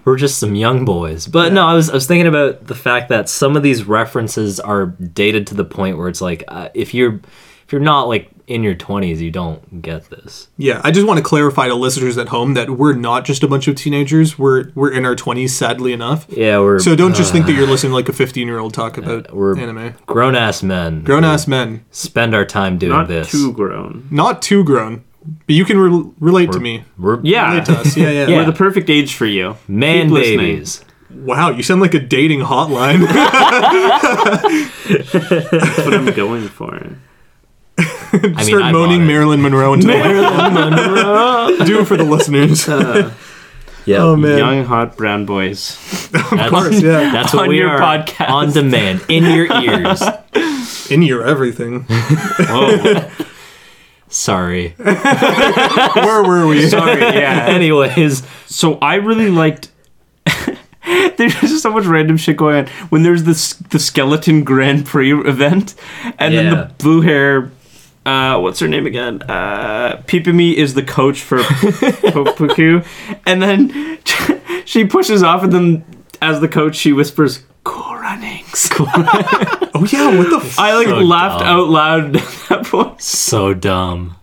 Speaker 2: [laughs] we're just some young boys, but no, I was. I was thinking about the fact that some of these references are dated to the point where it's like, uh, if you're, if you're not like in your twenties, you don't get this.
Speaker 3: Yeah, I just want to clarify to listeners at home that we're not just a bunch of teenagers. We're we're in our twenties, sadly enough.
Speaker 2: Yeah, we're uh,
Speaker 3: So don't just think that you're listening to like a 15 year old talk about
Speaker 2: we're-
Speaker 3: anime.
Speaker 2: grown ass men.
Speaker 3: Grown ass men,
Speaker 2: spend our time doing
Speaker 1: Not
Speaker 2: this.
Speaker 1: too grown.
Speaker 3: not too grown, but you can re- relate to me.
Speaker 2: We're,
Speaker 1: Yeah.
Speaker 3: Relate
Speaker 2: [laughs]
Speaker 3: to us. Yeah, yeah.
Speaker 1: We're the perfect age for you.
Speaker 2: man
Speaker 1: Keep listening.
Speaker 2: babies.
Speaker 3: Wow, you sound like a dating
Speaker 2: [laughs]
Speaker 3: hotline.
Speaker 1: That's what I'm going for.
Speaker 2: I
Speaker 3: [laughs]
Speaker 2: mean,
Speaker 3: Start
Speaker 2: I
Speaker 3: moaning
Speaker 2: bought it.
Speaker 3: Marilyn Monroe into the Do it for the listeners.
Speaker 2: Yeah,
Speaker 3: oh man.
Speaker 1: Young, hot, brown boys.
Speaker 2: that's,
Speaker 3: course,
Speaker 2: [laughs]
Speaker 3: yeah.
Speaker 2: That's what
Speaker 1: On
Speaker 2: we
Speaker 1: your
Speaker 2: are
Speaker 1: podcast.
Speaker 2: on demand
Speaker 3: [laughs]
Speaker 2: in your ears.
Speaker 3: In your
Speaker 2: [laughs]
Speaker 3: everything.
Speaker 1: Whoa.
Speaker 3: [laughs]
Speaker 2: Sorry.
Speaker 3: Where were we?
Speaker 1: Sorry, [laughs] yeah.
Speaker 2: Anyways,
Speaker 1: So I really liked. [laughs] There's just so much random shit going on. When there's this the skeleton Grand Prix event, and then
Speaker 2: Yeah.
Speaker 1: the blue hair, uh, what's her name again? Uh, Pipimi is the coach for Popuku, and then [laughs] she pushes off, and then as the coach, she whispers "Koranings."
Speaker 3: [laughs] Oh yeah, what the f-
Speaker 1: I like
Speaker 2: So
Speaker 1: laughed
Speaker 2: dumb.
Speaker 1: out loud [laughs] at that point.
Speaker 2: so dumb.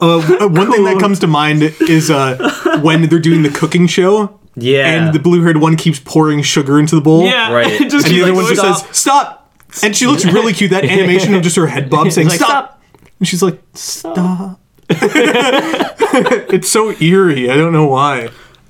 Speaker 3: uh, one thing that comes to mind is uh, when they're doing the cooking show
Speaker 2: Yeah.
Speaker 3: and the blue haired one keeps pouring sugar into the bowl.
Speaker 1: Yeah, [laughs]
Speaker 2: Right.
Speaker 1: it just
Speaker 3: And the
Speaker 1: keeps
Speaker 3: other one
Speaker 1: going
Speaker 3: just
Speaker 1: on.
Speaker 3: says, Stop! And she looks really cute.
Speaker 2: [laughs]
Speaker 3: That animation of just her head bob saying,
Speaker 2: like,
Speaker 3: Stop! And she's like,
Speaker 2: Stop.
Speaker 3: [laughs] It's so eerie. I don't know why.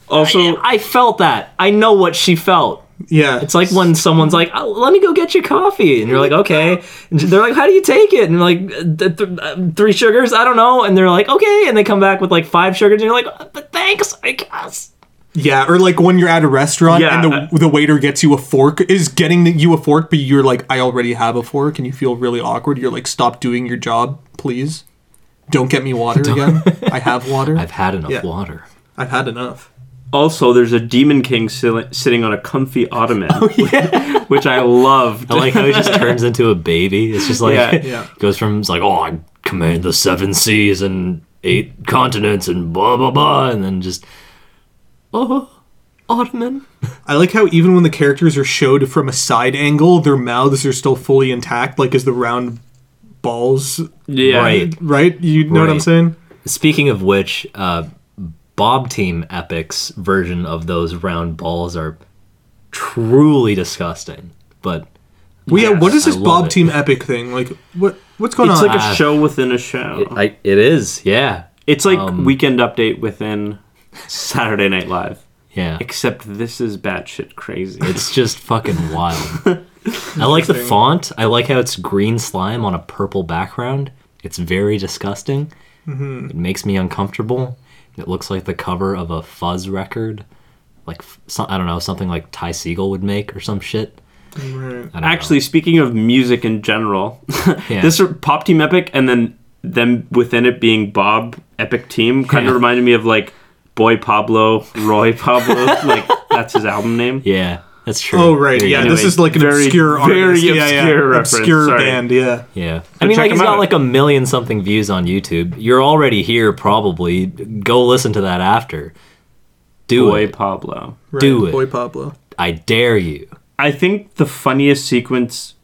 Speaker 1: also.
Speaker 2: I felt that. I know what she felt.
Speaker 3: Yeah.
Speaker 2: It's like when someone's like, oh, "Let me go get you coffee," and you're like, "Okay." And they're like, "How do you take it?" And you're like, "Th- th- uh, three sugars, I don't know." And they're like, "Okay," and they come back with like five sugars, and you're like, "But thanks, I guess."
Speaker 3: Yeah, or like when you're at a restaurant
Speaker 1: Yeah,
Speaker 3: and the, the waiter gets you a fork, is getting you a fork, but you're like, I already have a fork, and you feel really awkward. You're like, stop doing your job, please. Don't get me
Speaker 2: [laughs]
Speaker 3: water again. I have water.
Speaker 2: I've had enough
Speaker 3: Yeah.
Speaker 2: water.
Speaker 3: I've had enough.
Speaker 1: Also, there's a demon king sil- sitting on a comfy ottoman, which I loved.
Speaker 2: I like how he
Speaker 1: [laughs]
Speaker 2: just turns into a baby. It's just like
Speaker 1: Yeah,
Speaker 3: yeah.
Speaker 2: [laughs] goes from it's like, oh, I command the seven seas and eight continents and blah blah blah, and then just oh, Ottoman.
Speaker 3: I like how even when the characters are showed from a side angle, their mouths are still fully intact, like as the round balls,
Speaker 1: yeah,
Speaker 2: Right.
Speaker 3: right? You know what I'm
Speaker 2: Right.
Speaker 3: saying?
Speaker 2: Speaking of which, uh, Bob Team Epic's version of those round balls are truly disgusting. But
Speaker 3: Well, yeah. What
Speaker 2: Yes,
Speaker 3: is this
Speaker 2: I love
Speaker 3: Bob
Speaker 2: it.
Speaker 3: Team Epic thing? Like, what what's going
Speaker 1: It's
Speaker 3: on?
Speaker 1: like a
Speaker 2: Ah.
Speaker 1: show within a show.
Speaker 2: I, it um, is, yeah,
Speaker 1: it's like Weekend Update within Saturday Night Live,
Speaker 2: yeah.
Speaker 1: except this is batshit crazy.
Speaker 2: It's just fucking wild. I like the font. I like how it's green slime on a purple background. It's very disgusting. It makes me uncomfortable. It looks like the cover of a fuzz record, like f- so- I don't know something like Ty Siegel would make or some shit.
Speaker 3: Right.
Speaker 2: I don't know.
Speaker 1: [laughs] Actually, speaking of music in general, [laughs]
Speaker 2: Yeah.
Speaker 1: this are pop team epic, and then them within it being Bob Epic Team kind
Speaker 2: Yeah.
Speaker 1: of reminded me of like Boy Pablo, Roy
Speaker 2: [laughs]
Speaker 1: Pablo, like that's his album name.
Speaker 2: yeah, that's true.
Speaker 3: Oh right,
Speaker 2: There you
Speaker 3: yeah.
Speaker 2: go.
Speaker 1: Anyway,
Speaker 3: this is like an
Speaker 1: very-
Speaker 3: obscure
Speaker 1: very
Speaker 3: artist. Yeah, yeah,
Speaker 1: obscure reference,
Speaker 3: obscure
Speaker 1: sorry.
Speaker 3: band. Yeah,
Speaker 2: Yeah. I mean,
Speaker 1: check
Speaker 2: like,
Speaker 1: him
Speaker 2: he's got
Speaker 1: out.
Speaker 2: like a million something views on YouTube. You're already here, probably. Go listen to that after. Do
Speaker 1: Boy
Speaker 2: it.
Speaker 1: Pablo.
Speaker 3: right.
Speaker 2: Do it.
Speaker 3: Boy Pablo.
Speaker 2: I dare you.
Speaker 1: I think the funniest sequence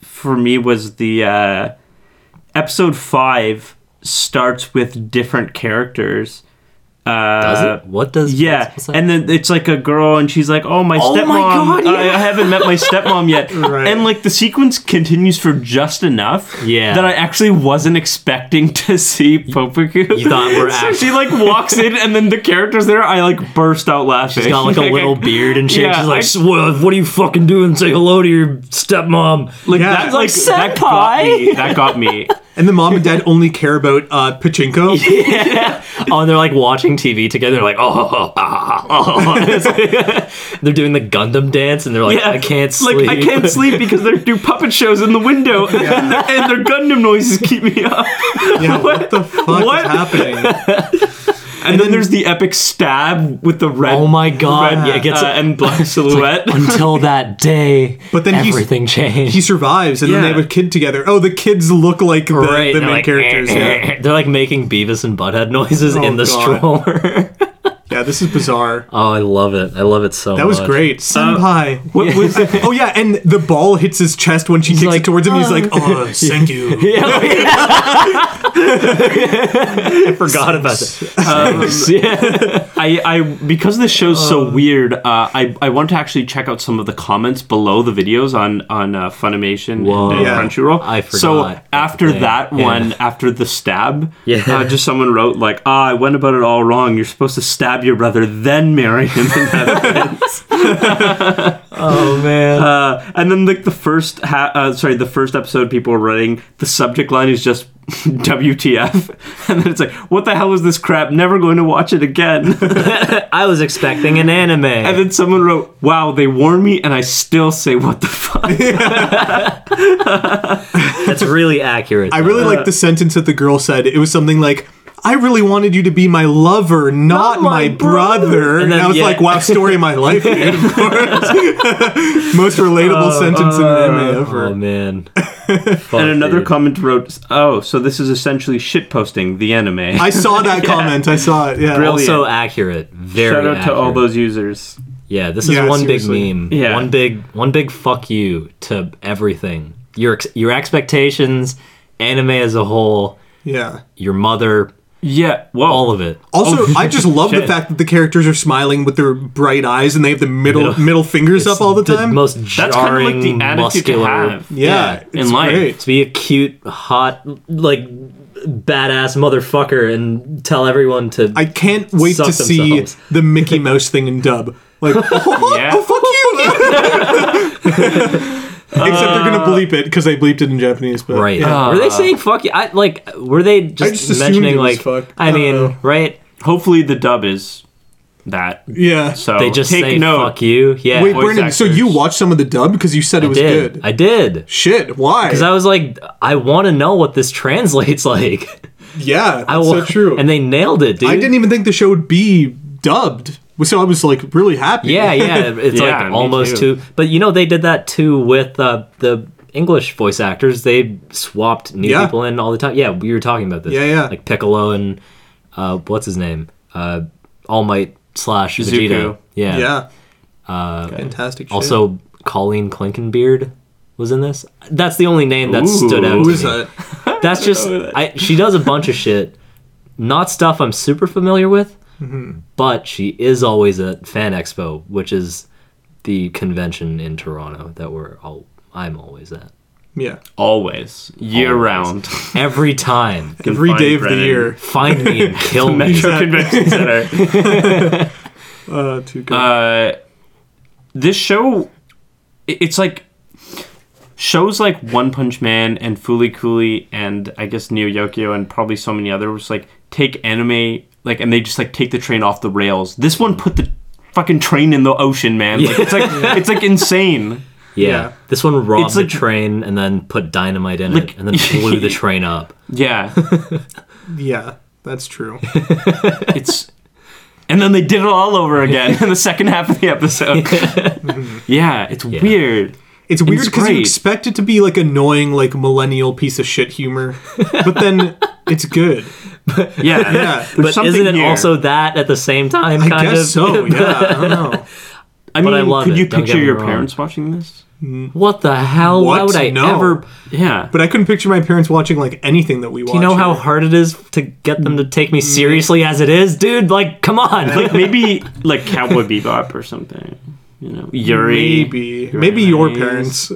Speaker 1: for me was the uh, episode five starts with different characters. Uh,
Speaker 2: Does it? What does?
Speaker 1: Yeah,
Speaker 2: what's- what's that?
Speaker 1: and then it's like a girl, and she's like, "Oh my
Speaker 2: Oh my
Speaker 1: stepmom!
Speaker 2: God,
Speaker 1: I, I haven't met
Speaker 2: [laughs]
Speaker 1: my stepmom yet."
Speaker 3: Right.
Speaker 1: And like the sequence continues for just enough,
Speaker 2: Yeah.
Speaker 1: that I actually wasn't expecting to see Popoku.
Speaker 2: you thought
Speaker 1: [laughs]
Speaker 2: we're
Speaker 1: so
Speaker 2: act-
Speaker 1: she like walks in, and then the characters there, I like burst out laughing.
Speaker 2: She's
Speaker 1: [laughs]
Speaker 2: got like a little beard and shit.
Speaker 1: Yeah,
Speaker 2: She's like,
Speaker 1: I-
Speaker 2: "S- well, what are you fucking doing? Say hello to your stepmom.
Speaker 1: like
Speaker 3: Yeah.
Speaker 1: that,
Speaker 3: She's
Speaker 1: like that
Speaker 2: like,
Speaker 1: got
Speaker 2: "Senpai."
Speaker 1: me. That got [laughs] me.
Speaker 3: And the mom and dad only care about uh, Pachinko.
Speaker 2: Oh, and they're like watching TV together. They're like, oh, ah, ah, ah." [laughs] It's- [laughs] they're doing the Gundam dance, and they're like,
Speaker 1: Yeah,
Speaker 2: I can't
Speaker 1: Like
Speaker 2: sleep.
Speaker 1: I can't sleep because they do puppet shows in the window, and their Gundam noises keep me up.
Speaker 3: Yeah, what the fuck is
Speaker 1: What?
Speaker 3: happening?
Speaker 1: And, then, there's the epic stab with the red.
Speaker 2: [laughs] Oh my god!
Speaker 1: red,
Speaker 2: yeah, it gets
Speaker 1: uh, and black silhouette.
Speaker 2: until that day.
Speaker 3: But then he's-
Speaker 1: [laughs]
Speaker 2: everything changed.
Speaker 3: He survives, and then
Speaker 1: Yeah.
Speaker 3: they have a kid together. Oh, the kids look like the,
Speaker 2: Right,
Speaker 3: the
Speaker 2: they're
Speaker 3: main
Speaker 2: like, eh,
Speaker 3: characters. yeah.
Speaker 2: [laughs] They're like making Beavis and Butthead noises in the
Speaker 3: God.
Speaker 2: stroller.
Speaker 3: yeah, this is bizarre.
Speaker 2: [laughs] oh, I love it! I love it so.
Speaker 3: That was
Speaker 2: much.
Speaker 3: great, senpai.
Speaker 1: What was
Speaker 3: oh yeah, and the ball hits his chest when she kicks
Speaker 2: like,
Speaker 3: it towards him. He's like, "Oh, thank you."
Speaker 2: Yeah, I forgot about that. yeah.
Speaker 1: I, I because this show's so
Speaker 2: Um.
Speaker 1: weird, uh, I I want to actually check out some of the comments below the videos on on uh, Funimation
Speaker 2: Whoa.
Speaker 1: and uh,
Speaker 3: Yeah.
Speaker 1: Crunchyroll.
Speaker 2: I
Speaker 1: So
Speaker 2: forgot.
Speaker 1: after
Speaker 2: Yeah.
Speaker 1: that
Speaker 2: Yeah.
Speaker 1: one, after the stab,
Speaker 2: Yeah.
Speaker 1: uh, just someone wrote like, "Ah, I went about it all wrong. You're supposed to stab your brother, then marry him." [laughs] And that-
Speaker 2: Oh man.
Speaker 1: uh, and then like the first ha- uh, sorry, the first episode, people were writing the subject line is just. [laughs] WTF, [laughs] and then it's like, what the hell is this crap? Never going to watch it again. [laughs]
Speaker 2: I was expecting an anime.
Speaker 1: And then someone wrote, "Wow, they warn me, and I still say what the fuck."
Speaker 3: [laughs]
Speaker 2: That's really accurate.
Speaker 3: I really like the sentence that the girl said. It was something like, "I really wanted you to be my lover, not, my,
Speaker 2: my
Speaker 3: brother."
Speaker 2: brother. And
Speaker 3: And,
Speaker 2: then,
Speaker 3: I was
Speaker 2: yeah.
Speaker 3: like, "Wow, story of my life, dude." Of course, [laughs] most relatable sentence in an anime ever.
Speaker 2: Oh man.
Speaker 1: and another comment wrote, "Oh, so this is essentially shitposting the anime." [laughs]
Speaker 3: I saw that comment. I saw it. Yeah.
Speaker 1: Brilliant.
Speaker 2: also accurate. Very
Speaker 1: Shout out to
Speaker 2: accurate.
Speaker 1: all those users.
Speaker 2: Yeah, this is
Speaker 3: Yeah,
Speaker 2: one
Speaker 3: seriously.
Speaker 2: big meme.
Speaker 1: Yeah.
Speaker 2: One big one big fuck you to everything. Your ex- your expectations, anime as a whole,
Speaker 3: Yeah.
Speaker 2: your mother,
Speaker 1: Yeah, well,
Speaker 2: all of it.
Speaker 3: Also, I just love the
Speaker 1: Shit.
Speaker 3: fact that the characters are smiling with their bright eyes and they have the middle
Speaker 2: Middle-
Speaker 3: middle, fingers up all the time.
Speaker 2: most
Speaker 1: that's kind of like
Speaker 2: jarring
Speaker 1: the attitude to
Speaker 2: muscular
Speaker 1: have.
Speaker 3: yeah,
Speaker 1: in
Speaker 3: it's
Speaker 1: life.
Speaker 3: great.
Speaker 2: to be a cute, hot, like badass motherfucker and tell everyone to
Speaker 3: I
Speaker 2: [laughs]
Speaker 3: can't wait
Speaker 2: Suck
Speaker 3: to see
Speaker 2: themselves.
Speaker 3: the Mickey Mouse thing in dub. Like, [laughs] oh,
Speaker 1: Yeah.
Speaker 3: fuck
Speaker 2: [laughs]
Speaker 3: you! [laughs] Except they're gonna bleep it because they bleeped it in Japanese. But
Speaker 2: Uh, right. Uh,
Speaker 3: yeah.
Speaker 2: were they saying fuck you? I like were they just,
Speaker 3: just assumed
Speaker 2: mentioning
Speaker 3: it was
Speaker 2: like
Speaker 3: fuck.
Speaker 2: I
Speaker 3: I don't
Speaker 2: mean,
Speaker 3: know.
Speaker 2: right?
Speaker 1: Hopefully, the dub is that.
Speaker 3: yeah.
Speaker 1: So
Speaker 2: They just
Speaker 1: take
Speaker 2: say
Speaker 1: note.
Speaker 2: fuck you. Yeah.
Speaker 3: Wait,
Speaker 1: voice
Speaker 3: Brandon. So you
Speaker 1: actors.
Speaker 3: watched some of the dub because you said it
Speaker 2: I
Speaker 3: was
Speaker 2: did.
Speaker 3: good.
Speaker 2: I did.
Speaker 3: Shit, why?
Speaker 2: Because I was like, I want to know what this translates [laughs] like.
Speaker 3: yeah, that's
Speaker 2: I
Speaker 3: so
Speaker 2: wa-
Speaker 3: true.
Speaker 2: And they nailed it, dude.
Speaker 3: I didn't even think the show would be dubbed, so I was like really happy.
Speaker 2: Yeah, yeah. It's
Speaker 1: Yeah,
Speaker 2: like
Speaker 1: me
Speaker 2: almost too.
Speaker 1: too.
Speaker 2: But you know, they did that too with uh, the English voice actors. They swapped new
Speaker 3: Yeah.
Speaker 2: people in all the time. Yeah, we were talking about this.
Speaker 3: Yeah, yeah.
Speaker 2: Like Piccolo and uh, what's his name? Uh, All Might slash
Speaker 1: Izuku.
Speaker 2: Vegeta. Yeah.
Speaker 3: [laughs] yeah. Uh, Fantastic. Shit.
Speaker 2: Also, Colleen Klinkenbeard was in this. That's the only name that
Speaker 1: Ooh.
Speaker 2: stood out.
Speaker 3: who
Speaker 2: to
Speaker 3: is
Speaker 2: me.
Speaker 3: that? [laughs]
Speaker 2: That's just I, she does a bunch of shit, not stuff I'm super familiar with,
Speaker 3: Mm-hmm.
Speaker 2: but she is always at Fan Expo, which is the convention in Toronto that we're all I'm always at
Speaker 3: Yeah,
Speaker 1: Always, year
Speaker 2: Always.
Speaker 1: round,
Speaker 3: [laughs]
Speaker 2: every time.
Speaker 1: Can
Speaker 3: every
Speaker 1: find
Speaker 3: day of
Speaker 1: Brennan.
Speaker 3: the year.
Speaker 2: Find me and kill me.
Speaker 1: Metro Convention
Speaker 3: [laughs]
Speaker 1: Center.
Speaker 3: Uh, too good.
Speaker 1: uh, this show, i- it's like shows like One Punch Man and Foolie Cooley and I guess Neo Yokio and probably so many others like take anime like and they just like take the train off the rails. This one put the fucking train in the ocean, man. Like, it's like it's like insane.
Speaker 2: Yeah.
Speaker 3: Yeah.
Speaker 2: This one robbed
Speaker 1: It's
Speaker 2: the
Speaker 1: like-
Speaker 2: train and then put dynamite in it and then
Speaker 1: [laughs]
Speaker 2: blew the train up.
Speaker 1: Yeah,
Speaker 3: Yeah, that's
Speaker 2: [laughs]
Speaker 3: true.
Speaker 1: it's and then they did it all over again in the second half of the
Speaker 2: [laughs]
Speaker 1: episode. yeah, it's weird.
Speaker 3: It's weird because
Speaker 1: great.
Speaker 3: you expect it to be like annoying, like millennial piece of shit humor, but
Speaker 2: [laughs]
Speaker 3: then it's good.
Speaker 1: Yeah,
Speaker 3: Yeah,
Speaker 1: There's
Speaker 2: But
Speaker 1: something
Speaker 2: isn't it
Speaker 1: here.
Speaker 2: also that at the same time?
Speaker 3: I
Speaker 2: kind
Speaker 3: guess
Speaker 2: of?
Speaker 3: so. Yeah, I
Speaker 2: [laughs]
Speaker 3: don't know.
Speaker 1: I mean,
Speaker 2: but I love
Speaker 1: could
Speaker 2: it,
Speaker 1: you
Speaker 2: don't get
Speaker 1: picture
Speaker 2: me
Speaker 1: your
Speaker 2: wrong.
Speaker 1: parents watching this?
Speaker 2: What the hell? Why
Speaker 3: What?
Speaker 2: would I
Speaker 3: No.
Speaker 2: ever?
Speaker 1: Yeah,
Speaker 3: But I couldn't picture my parents watching like anything that we watch.
Speaker 2: Do you know how
Speaker 3: here.
Speaker 2: hard it is to get them to take me
Speaker 3: Mm.
Speaker 2: seriously as it is, dude? Like,
Speaker 3: [laughs]
Speaker 2: come on. Like,
Speaker 1: maybe like Cowboy Bebop or something. You know, Yuri.
Speaker 3: Maybe, maybe your
Speaker 1: nice.
Speaker 3: parents.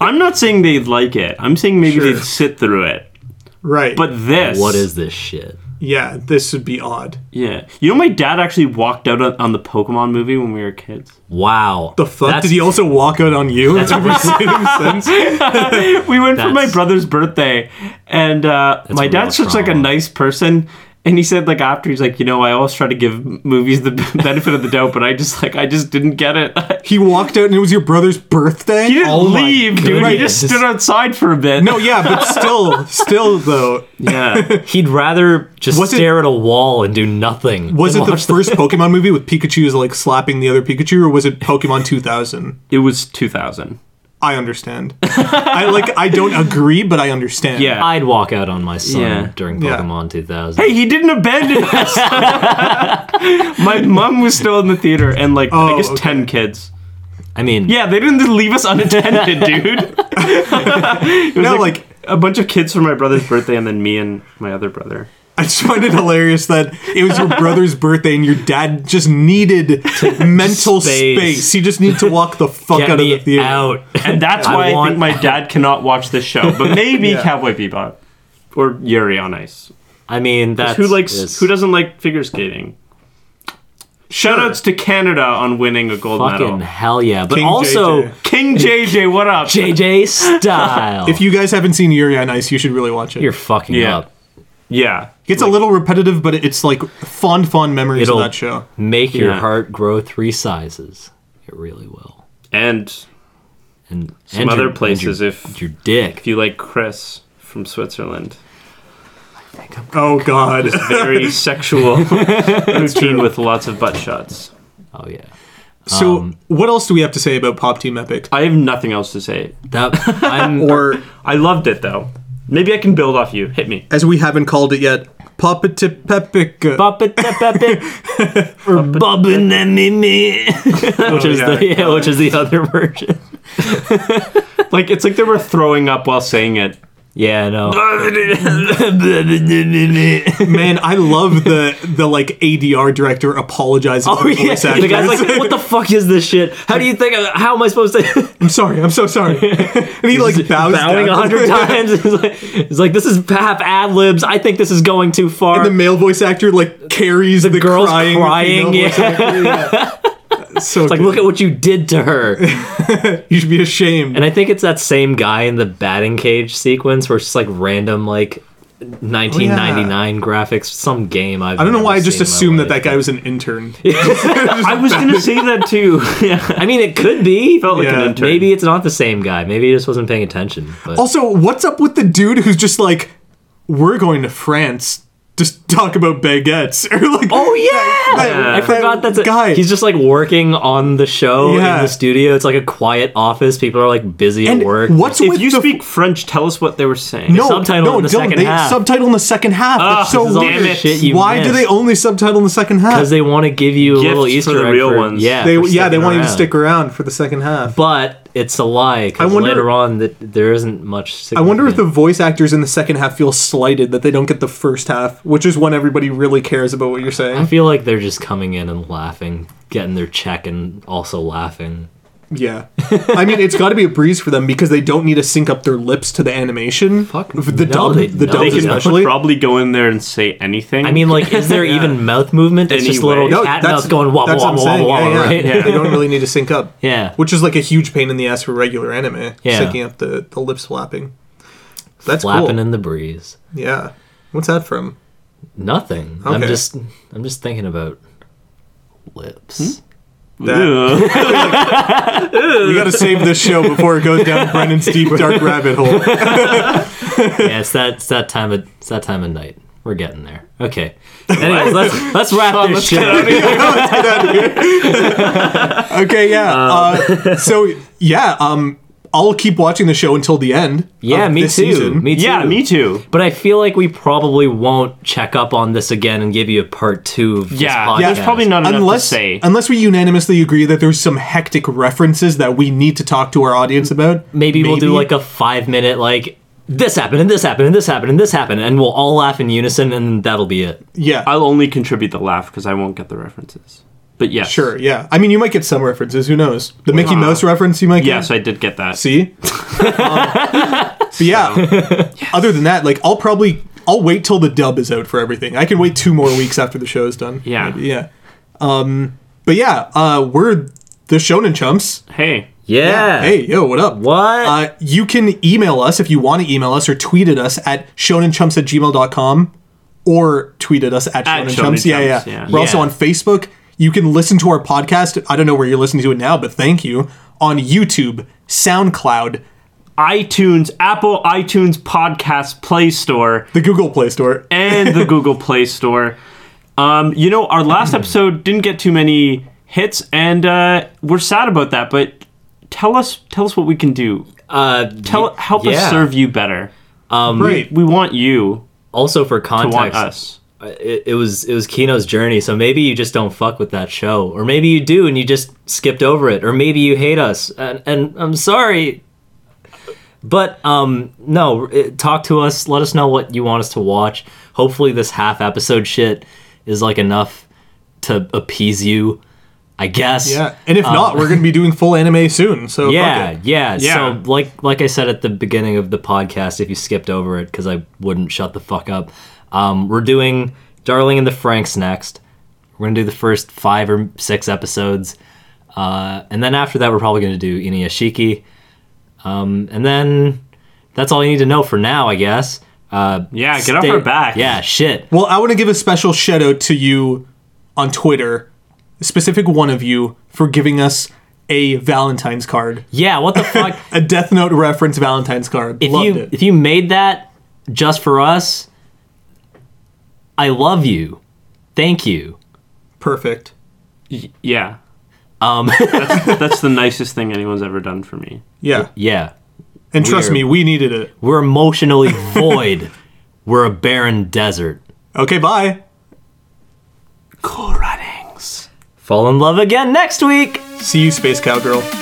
Speaker 1: I'm not saying they'd like it. I'm saying maybe
Speaker 3: Sure.
Speaker 1: they'd sit through it.
Speaker 3: right.
Speaker 1: But this,
Speaker 2: what is this shit?
Speaker 3: yeah, this would be odd.
Speaker 1: Yeah, you know, my dad actually walked out on, on the Pokemon movie when we were kids. [laughs]
Speaker 2: Wow.
Speaker 3: The fuck
Speaker 2: That's-
Speaker 3: did he also walk out on you? [laughs] That's ever
Speaker 2: [laughs]
Speaker 3: since.
Speaker 1: we went for my
Speaker 2: That's-
Speaker 1: brother's birthday, and uh, my dad's
Speaker 2: real
Speaker 1: such like a
Speaker 2: trauma.
Speaker 1: nice person. And he said, like after he's like, you know, I always try to give m- movies the [laughs] benefit of the doubt, but I just like I just didn't get it. [laughs]
Speaker 3: He walked out and it was your brother's birthday.
Speaker 1: he didn't
Speaker 3: Oh my
Speaker 1: leave, dude. He
Speaker 3: goodness.
Speaker 1: just stood outside for a bit.
Speaker 3: No, yeah, but still, still though,
Speaker 1: yeah,
Speaker 2: He'd rather just
Speaker 3: Was it-
Speaker 2: stare at a wall and do nothing.
Speaker 3: was
Speaker 2: than
Speaker 3: it the
Speaker 2: watch
Speaker 3: first Pokemon movie with Pikachu's like slapping the other Pikachu, or was it Pokemon 2000?
Speaker 1: it was 2000.
Speaker 3: I understand. I like. I don't agree, but I understand.
Speaker 1: Yeah.
Speaker 2: I'd walk out on my son
Speaker 1: Yeah.
Speaker 2: during
Speaker 3: Yeah.
Speaker 2: Pokemon 2000.
Speaker 1: Hey, he didn't abandon [laughs] us. my mom was still in the theater, and like I
Speaker 3: Oh,
Speaker 1: guess
Speaker 3: okay.
Speaker 1: ten kids.
Speaker 2: I mean,
Speaker 1: Yeah, they didn't leave us [laughs] unattended, dude. It was
Speaker 3: No, like-
Speaker 1: a bunch of kids for my brother's birthday, and then me and my other brother.
Speaker 3: I just find it hilarious that it was your brother's birthday and your dad just needed mental
Speaker 2: Space.
Speaker 3: space. He just needed to walk the fuck
Speaker 2: get
Speaker 3: out
Speaker 2: me
Speaker 3: of the theater. [laughs]
Speaker 2: out.
Speaker 1: And that's why I,
Speaker 2: want-
Speaker 1: think my dad cannot watch this show. [laughs] But maybe
Speaker 3: Yeah.
Speaker 1: Cowboy Bebop or Yuri on Ice.
Speaker 2: I mean, that's
Speaker 1: Who likes?
Speaker 2: is-
Speaker 1: Who doesn't like figure skating? Shoutouts to Canada on winning a gold
Speaker 2: Fucking
Speaker 1: medal.
Speaker 2: hell yeah! But
Speaker 3: King
Speaker 2: also,
Speaker 3: JJ.
Speaker 1: King JJ, what up?
Speaker 3: [laughs]
Speaker 2: JJ style.
Speaker 3: If you guys haven't seen Yuri on Ice, you should really watch it.
Speaker 2: You're fucking
Speaker 1: Yeah.
Speaker 2: up.
Speaker 1: yeah,
Speaker 3: it's a little repetitive, but it's like fond, fond memories
Speaker 2: It'll
Speaker 3: of that show.
Speaker 2: make your
Speaker 1: Yeah.
Speaker 2: heart grow three sizes. It really will.
Speaker 1: and
Speaker 2: And
Speaker 1: Some
Speaker 2: and
Speaker 1: other
Speaker 2: your- and
Speaker 1: places
Speaker 2: your,
Speaker 1: if-
Speaker 2: and your dick.
Speaker 1: if you like Chris from Switzerland.
Speaker 3: Oh God.
Speaker 1: [laughs] Very sexual routine with lots of butt shots.
Speaker 2: oh yeah.
Speaker 3: so
Speaker 2: Um,
Speaker 3: what else do we have to say about Pop Team Epic?
Speaker 1: I have nothing else to say.
Speaker 2: That
Speaker 3: [laughs]
Speaker 2: I'm
Speaker 3: Or
Speaker 1: I loved it though. Maybe I can build off you. Hit me.
Speaker 3: as we haven't called it yet, Pop Tip Epic.
Speaker 2: bop it, tap, tap it.
Speaker 3: [laughs]
Speaker 2: or bobbing and me me,
Speaker 3: Oh,
Speaker 2: which is the yeah, which is the other version.
Speaker 1: Like it's like they were throwing up while saying [laughs] it.
Speaker 2: Yeah, no.
Speaker 3: [laughs]
Speaker 2: Oh,
Speaker 3: Man, I love the the like ADR director apologizing
Speaker 2: Oh
Speaker 3: to the
Speaker 2: yeah,
Speaker 3: voice
Speaker 2: the guy's
Speaker 3: actors.
Speaker 2: like, "What the fuck is this shit? How do you think? I, how am I supposed to?" [laughs]
Speaker 3: I'm sorry, I'm so sorry. and he like bows
Speaker 2: bowing
Speaker 3: down. [laughs]
Speaker 2: a hundred times. It's like, it's like this is half ad libs. I think this is going too far.
Speaker 3: the male voice actor like carries the,
Speaker 2: girl's
Speaker 3: crying,
Speaker 2: crying,
Speaker 3: female voice
Speaker 2: yeah. [laughs]
Speaker 3: actor, yeah. So
Speaker 2: like,
Speaker 3: good.
Speaker 2: look at what you did to her.
Speaker 3: you should be ashamed.
Speaker 2: and I think it's that same guy in the batting cage sequence where it's just like random like 1999 graphics, some game. I've
Speaker 3: Oh, I don't know why I just assumed that that guy was an intern.
Speaker 1: I was gonna say that [laughs] too. yeah.
Speaker 2: [laughs] I mean, it
Speaker 3: [laughs]
Speaker 2: could be.
Speaker 1: Felt like
Speaker 3: Yeah.
Speaker 1: an intern.
Speaker 2: Maybe it's not the same guy. Maybe he just wasn't paying attention. But
Speaker 3: Also, what's up with the dude who's just like, we're going to France, just talk about baguettes [laughs] or like.
Speaker 2: Oh yeah,
Speaker 3: that-
Speaker 2: I forgot
Speaker 3: that
Speaker 2: that's a
Speaker 3: guy.
Speaker 2: He's just like working on the show in
Speaker 3: Yeah.
Speaker 2: the studio. It's like a quiet office. People are like busy
Speaker 3: and
Speaker 2: at work.
Speaker 3: What's
Speaker 1: If
Speaker 3: with
Speaker 1: you
Speaker 3: the
Speaker 1: speak French, tell us what they were saying.
Speaker 3: no,
Speaker 2: subtitle
Speaker 3: no,
Speaker 2: in the
Speaker 3: Dylan,
Speaker 2: second
Speaker 3: they
Speaker 2: half. Ah,
Speaker 3: Subtitle in the second half. That's so
Speaker 2: This is all
Speaker 1: damn
Speaker 2: the
Speaker 1: it.
Speaker 3: weird.
Speaker 2: shit you
Speaker 3: Why do
Speaker 2: missed.
Speaker 3: they only subtitle in the second half?
Speaker 2: because they want to give you a little
Speaker 1: Gifts
Speaker 2: Easter
Speaker 1: for the
Speaker 2: egg
Speaker 1: real
Speaker 2: for-
Speaker 1: ones.
Speaker 2: Yeah,
Speaker 3: They-
Speaker 2: for
Speaker 3: yeah, they
Speaker 2: sticking
Speaker 3: want you to
Speaker 2: around.
Speaker 3: stick around for the second half.
Speaker 2: But it's a lie. Because
Speaker 3: I wonder-
Speaker 2: later on, that there isn't much.
Speaker 3: I wonder if the voice actors in the second half feel slighted that they don't get the first half, which is when everybody really cares about what you're
Speaker 2: I
Speaker 3: saying.
Speaker 2: [laughs] feel like they're just coming in and laughing, getting their check, and also laughing.
Speaker 3: Yeah. I mean, it's got to be a breeze for them because they don't need to sync up their lips to the animation.
Speaker 2: Fuck
Speaker 3: The
Speaker 2: no,
Speaker 3: dub,
Speaker 2: they-
Speaker 3: the
Speaker 2: no,
Speaker 3: dubs
Speaker 1: they can
Speaker 3: especially.
Speaker 1: probably go in there and say anything.
Speaker 2: I mean, like,
Speaker 1: [laughs]
Speaker 2: is there even mouth movement? It's just
Speaker 1: Anyway.
Speaker 2: little
Speaker 1: No,
Speaker 2: cat mouth going wobble
Speaker 3: that's what I'm
Speaker 2: wobble
Speaker 3: saying.
Speaker 2: wobble wobble,
Speaker 3: yeah, yeah.
Speaker 2: right? [laughs]
Speaker 3: They don't really need to sync up.
Speaker 2: Yeah.
Speaker 3: Which is like a huge pain in the ass for regular anime,
Speaker 2: Yeah.
Speaker 3: syncing up the, the lips flapping. That's
Speaker 2: Flapping
Speaker 3: cool.
Speaker 2: in the breeze.
Speaker 3: yeah. What's that from?
Speaker 2: Nothing. I'm
Speaker 3: Okay. Hmm?
Speaker 2: just, I'm just thinking about lips.
Speaker 3: That, we gotta save this show before it goes down Brennan's deep
Speaker 2: [laughs]
Speaker 3: dark rabbit hole.
Speaker 2: yeah, it's that it's that time of it's that time of night. We're getting there.
Speaker 3: [laughs]
Speaker 2: Okay. Anyways, let's let's wrap this shit up.
Speaker 3: Okay, yeah.
Speaker 2: [laughs]
Speaker 3: Uh, so yeah, um, I'll keep watching the show until the end.
Speaker 2: Yeah,
Speaker 3: of
Speaker 2: me too.
Speaker 3: this season.
Speaker 2: Me
Speaker 1: [laughs]
Speaker 2: too.
Speaker 1: yeah, me too.
Speaker 2: But I feel like we probably won't check up on this again and give you a part two. Of
Speaker 1: Yeah,
Speaker 2: this podcast.
Speaker 1: there's probably not enough
Speaker 3: Unless,
Speaker 1: to say.
Speaker 3: unless we unanimously agree that there's some hectic references that we need to talk to our audience about,
Speaker 2: Maybe, we'll do like a five minute like this happened and this happened and this happened and this happened and we'll all laugh in unison and that'll be it.
Speaker 3: yeah,
Speaker 1: I'll only contribute the laugh because I won't get the references. But yes,
Speaker 3: sure, yeah. I mean, you might get some references. Who knows? The Mickey Mouse reference you might get.
Speaker 1: Yes, I did get that. [laughs]
Speaker 3: See? um, but yeah, other than that, like, I'll probably, I'll wait till the dub is out for everything. I can wait two more weeks after the show is done.
Speaker 1: Yeah.
Speaker 3: Maybe, yeah. Um, but yeah, uh, we're the Shonen Chumps.
Speaker 1: Hey,
Speaker 2: Yeah.
Speaker 3: Hey, yo, what up?
Speaker 2: What?
Speaker 3: Uh, you can email us if you want to email us or tweet at us at shonenchumps at gmail.com or tweet at us
Speaker 1: At
Speaker 3: at, shonenchumps. Yeah, yeah,
Speaker 1: shonenchumps, yeah.
Speaker 3: We're also
Speaker 2: Yeah.
Speaker 3: on Facebook. You can listen to our podcast. I don't know where you're listening to it now, but thank you. On YouTube, SoundCloud,
Speaker 1: iTunes, Apple iTunes Podcast Play Store,
Speaker 3: the Google Play Store.
Speaker 1: and the Google Play Store. Um, you know, our last episode didn't get too many hits, and uh, we're sad about that. But tell us, tell us what we can do.
Speaker 2: Uh,
Speaker 1: Tell, help
Speaker 2: yeah.
Speaker 1: us serve you better.
Speaker 3: Great.
Speaker 1: We want you
Speaker 2: Also for
Speaker 1: to
Speaker 2: context, uh,
Speaker 1: want us.
Speaker 2: it, it was it was Kino's journey. So maybe you just don't fuck with that show, or maybe you do and you just skipped over it, or maybe you hate us, and, and I'm sorry. But um, no, it, talk to us. Let us know what you want us to watch. Hopefully, this half episode shit is like enough to appease you. I guess.
Speaker 3: Yeah. And if not, we're going to be doing full anime soon. So, fuck
Speaker 2: Yeah,
Speaker 3: it.
Speaker 2: yeah,
Speaker 1: Yeah.
Speaker 2: So, like, like I said at the beginning of the podcast, if you skipped over it because I wouldn't shut the fuck up, um, we're doing "Darling in the Franks" next. We're gonna do the first five or six episodes, uh, and then after that, we're probably gonna do Inuyashiki, um, and then that's all you need to know for now, I guess. Uh,
Speaker 1: Yeah, get off our back.
Speaker 2: Yeah, shit.
Speaker 3: Well, I want to give a special shout out to you on Twitter, a specific one of you, for giving us a Valentine's card.
Speaker 2: Yeah,
Speaker 1: [laughs]
Speaker 2: what the fuck?
Speaker 3: a Death Note reference Valentine's card.
Speaker 2: if
Speaker 3: Loved
Speaker 2: you
Speaker 3: it.
Speaker 2: if you made that just for us, I love you. Thank you.
Speaker 3: Perfect.
Speaker 1: Yeah. Um, that's, that's the nicest thing anyone's ever done for me.
Speaker 3: Yeah.
Speaker 2: Yeah.
Speaker 3: And trust
Speaker 2: we're-
Speaker 3: me, we needed it.
Speaker 2: We're
Speaker 3: [laughs]
Speaker 2: emotionally void. We're a barren desert.
Speaker 3: Okay, bye.
Speaker 1: Cool runnings.
Speaker 2: Fall in love again next week.
Speaker 3: See you, Space Cowgirl.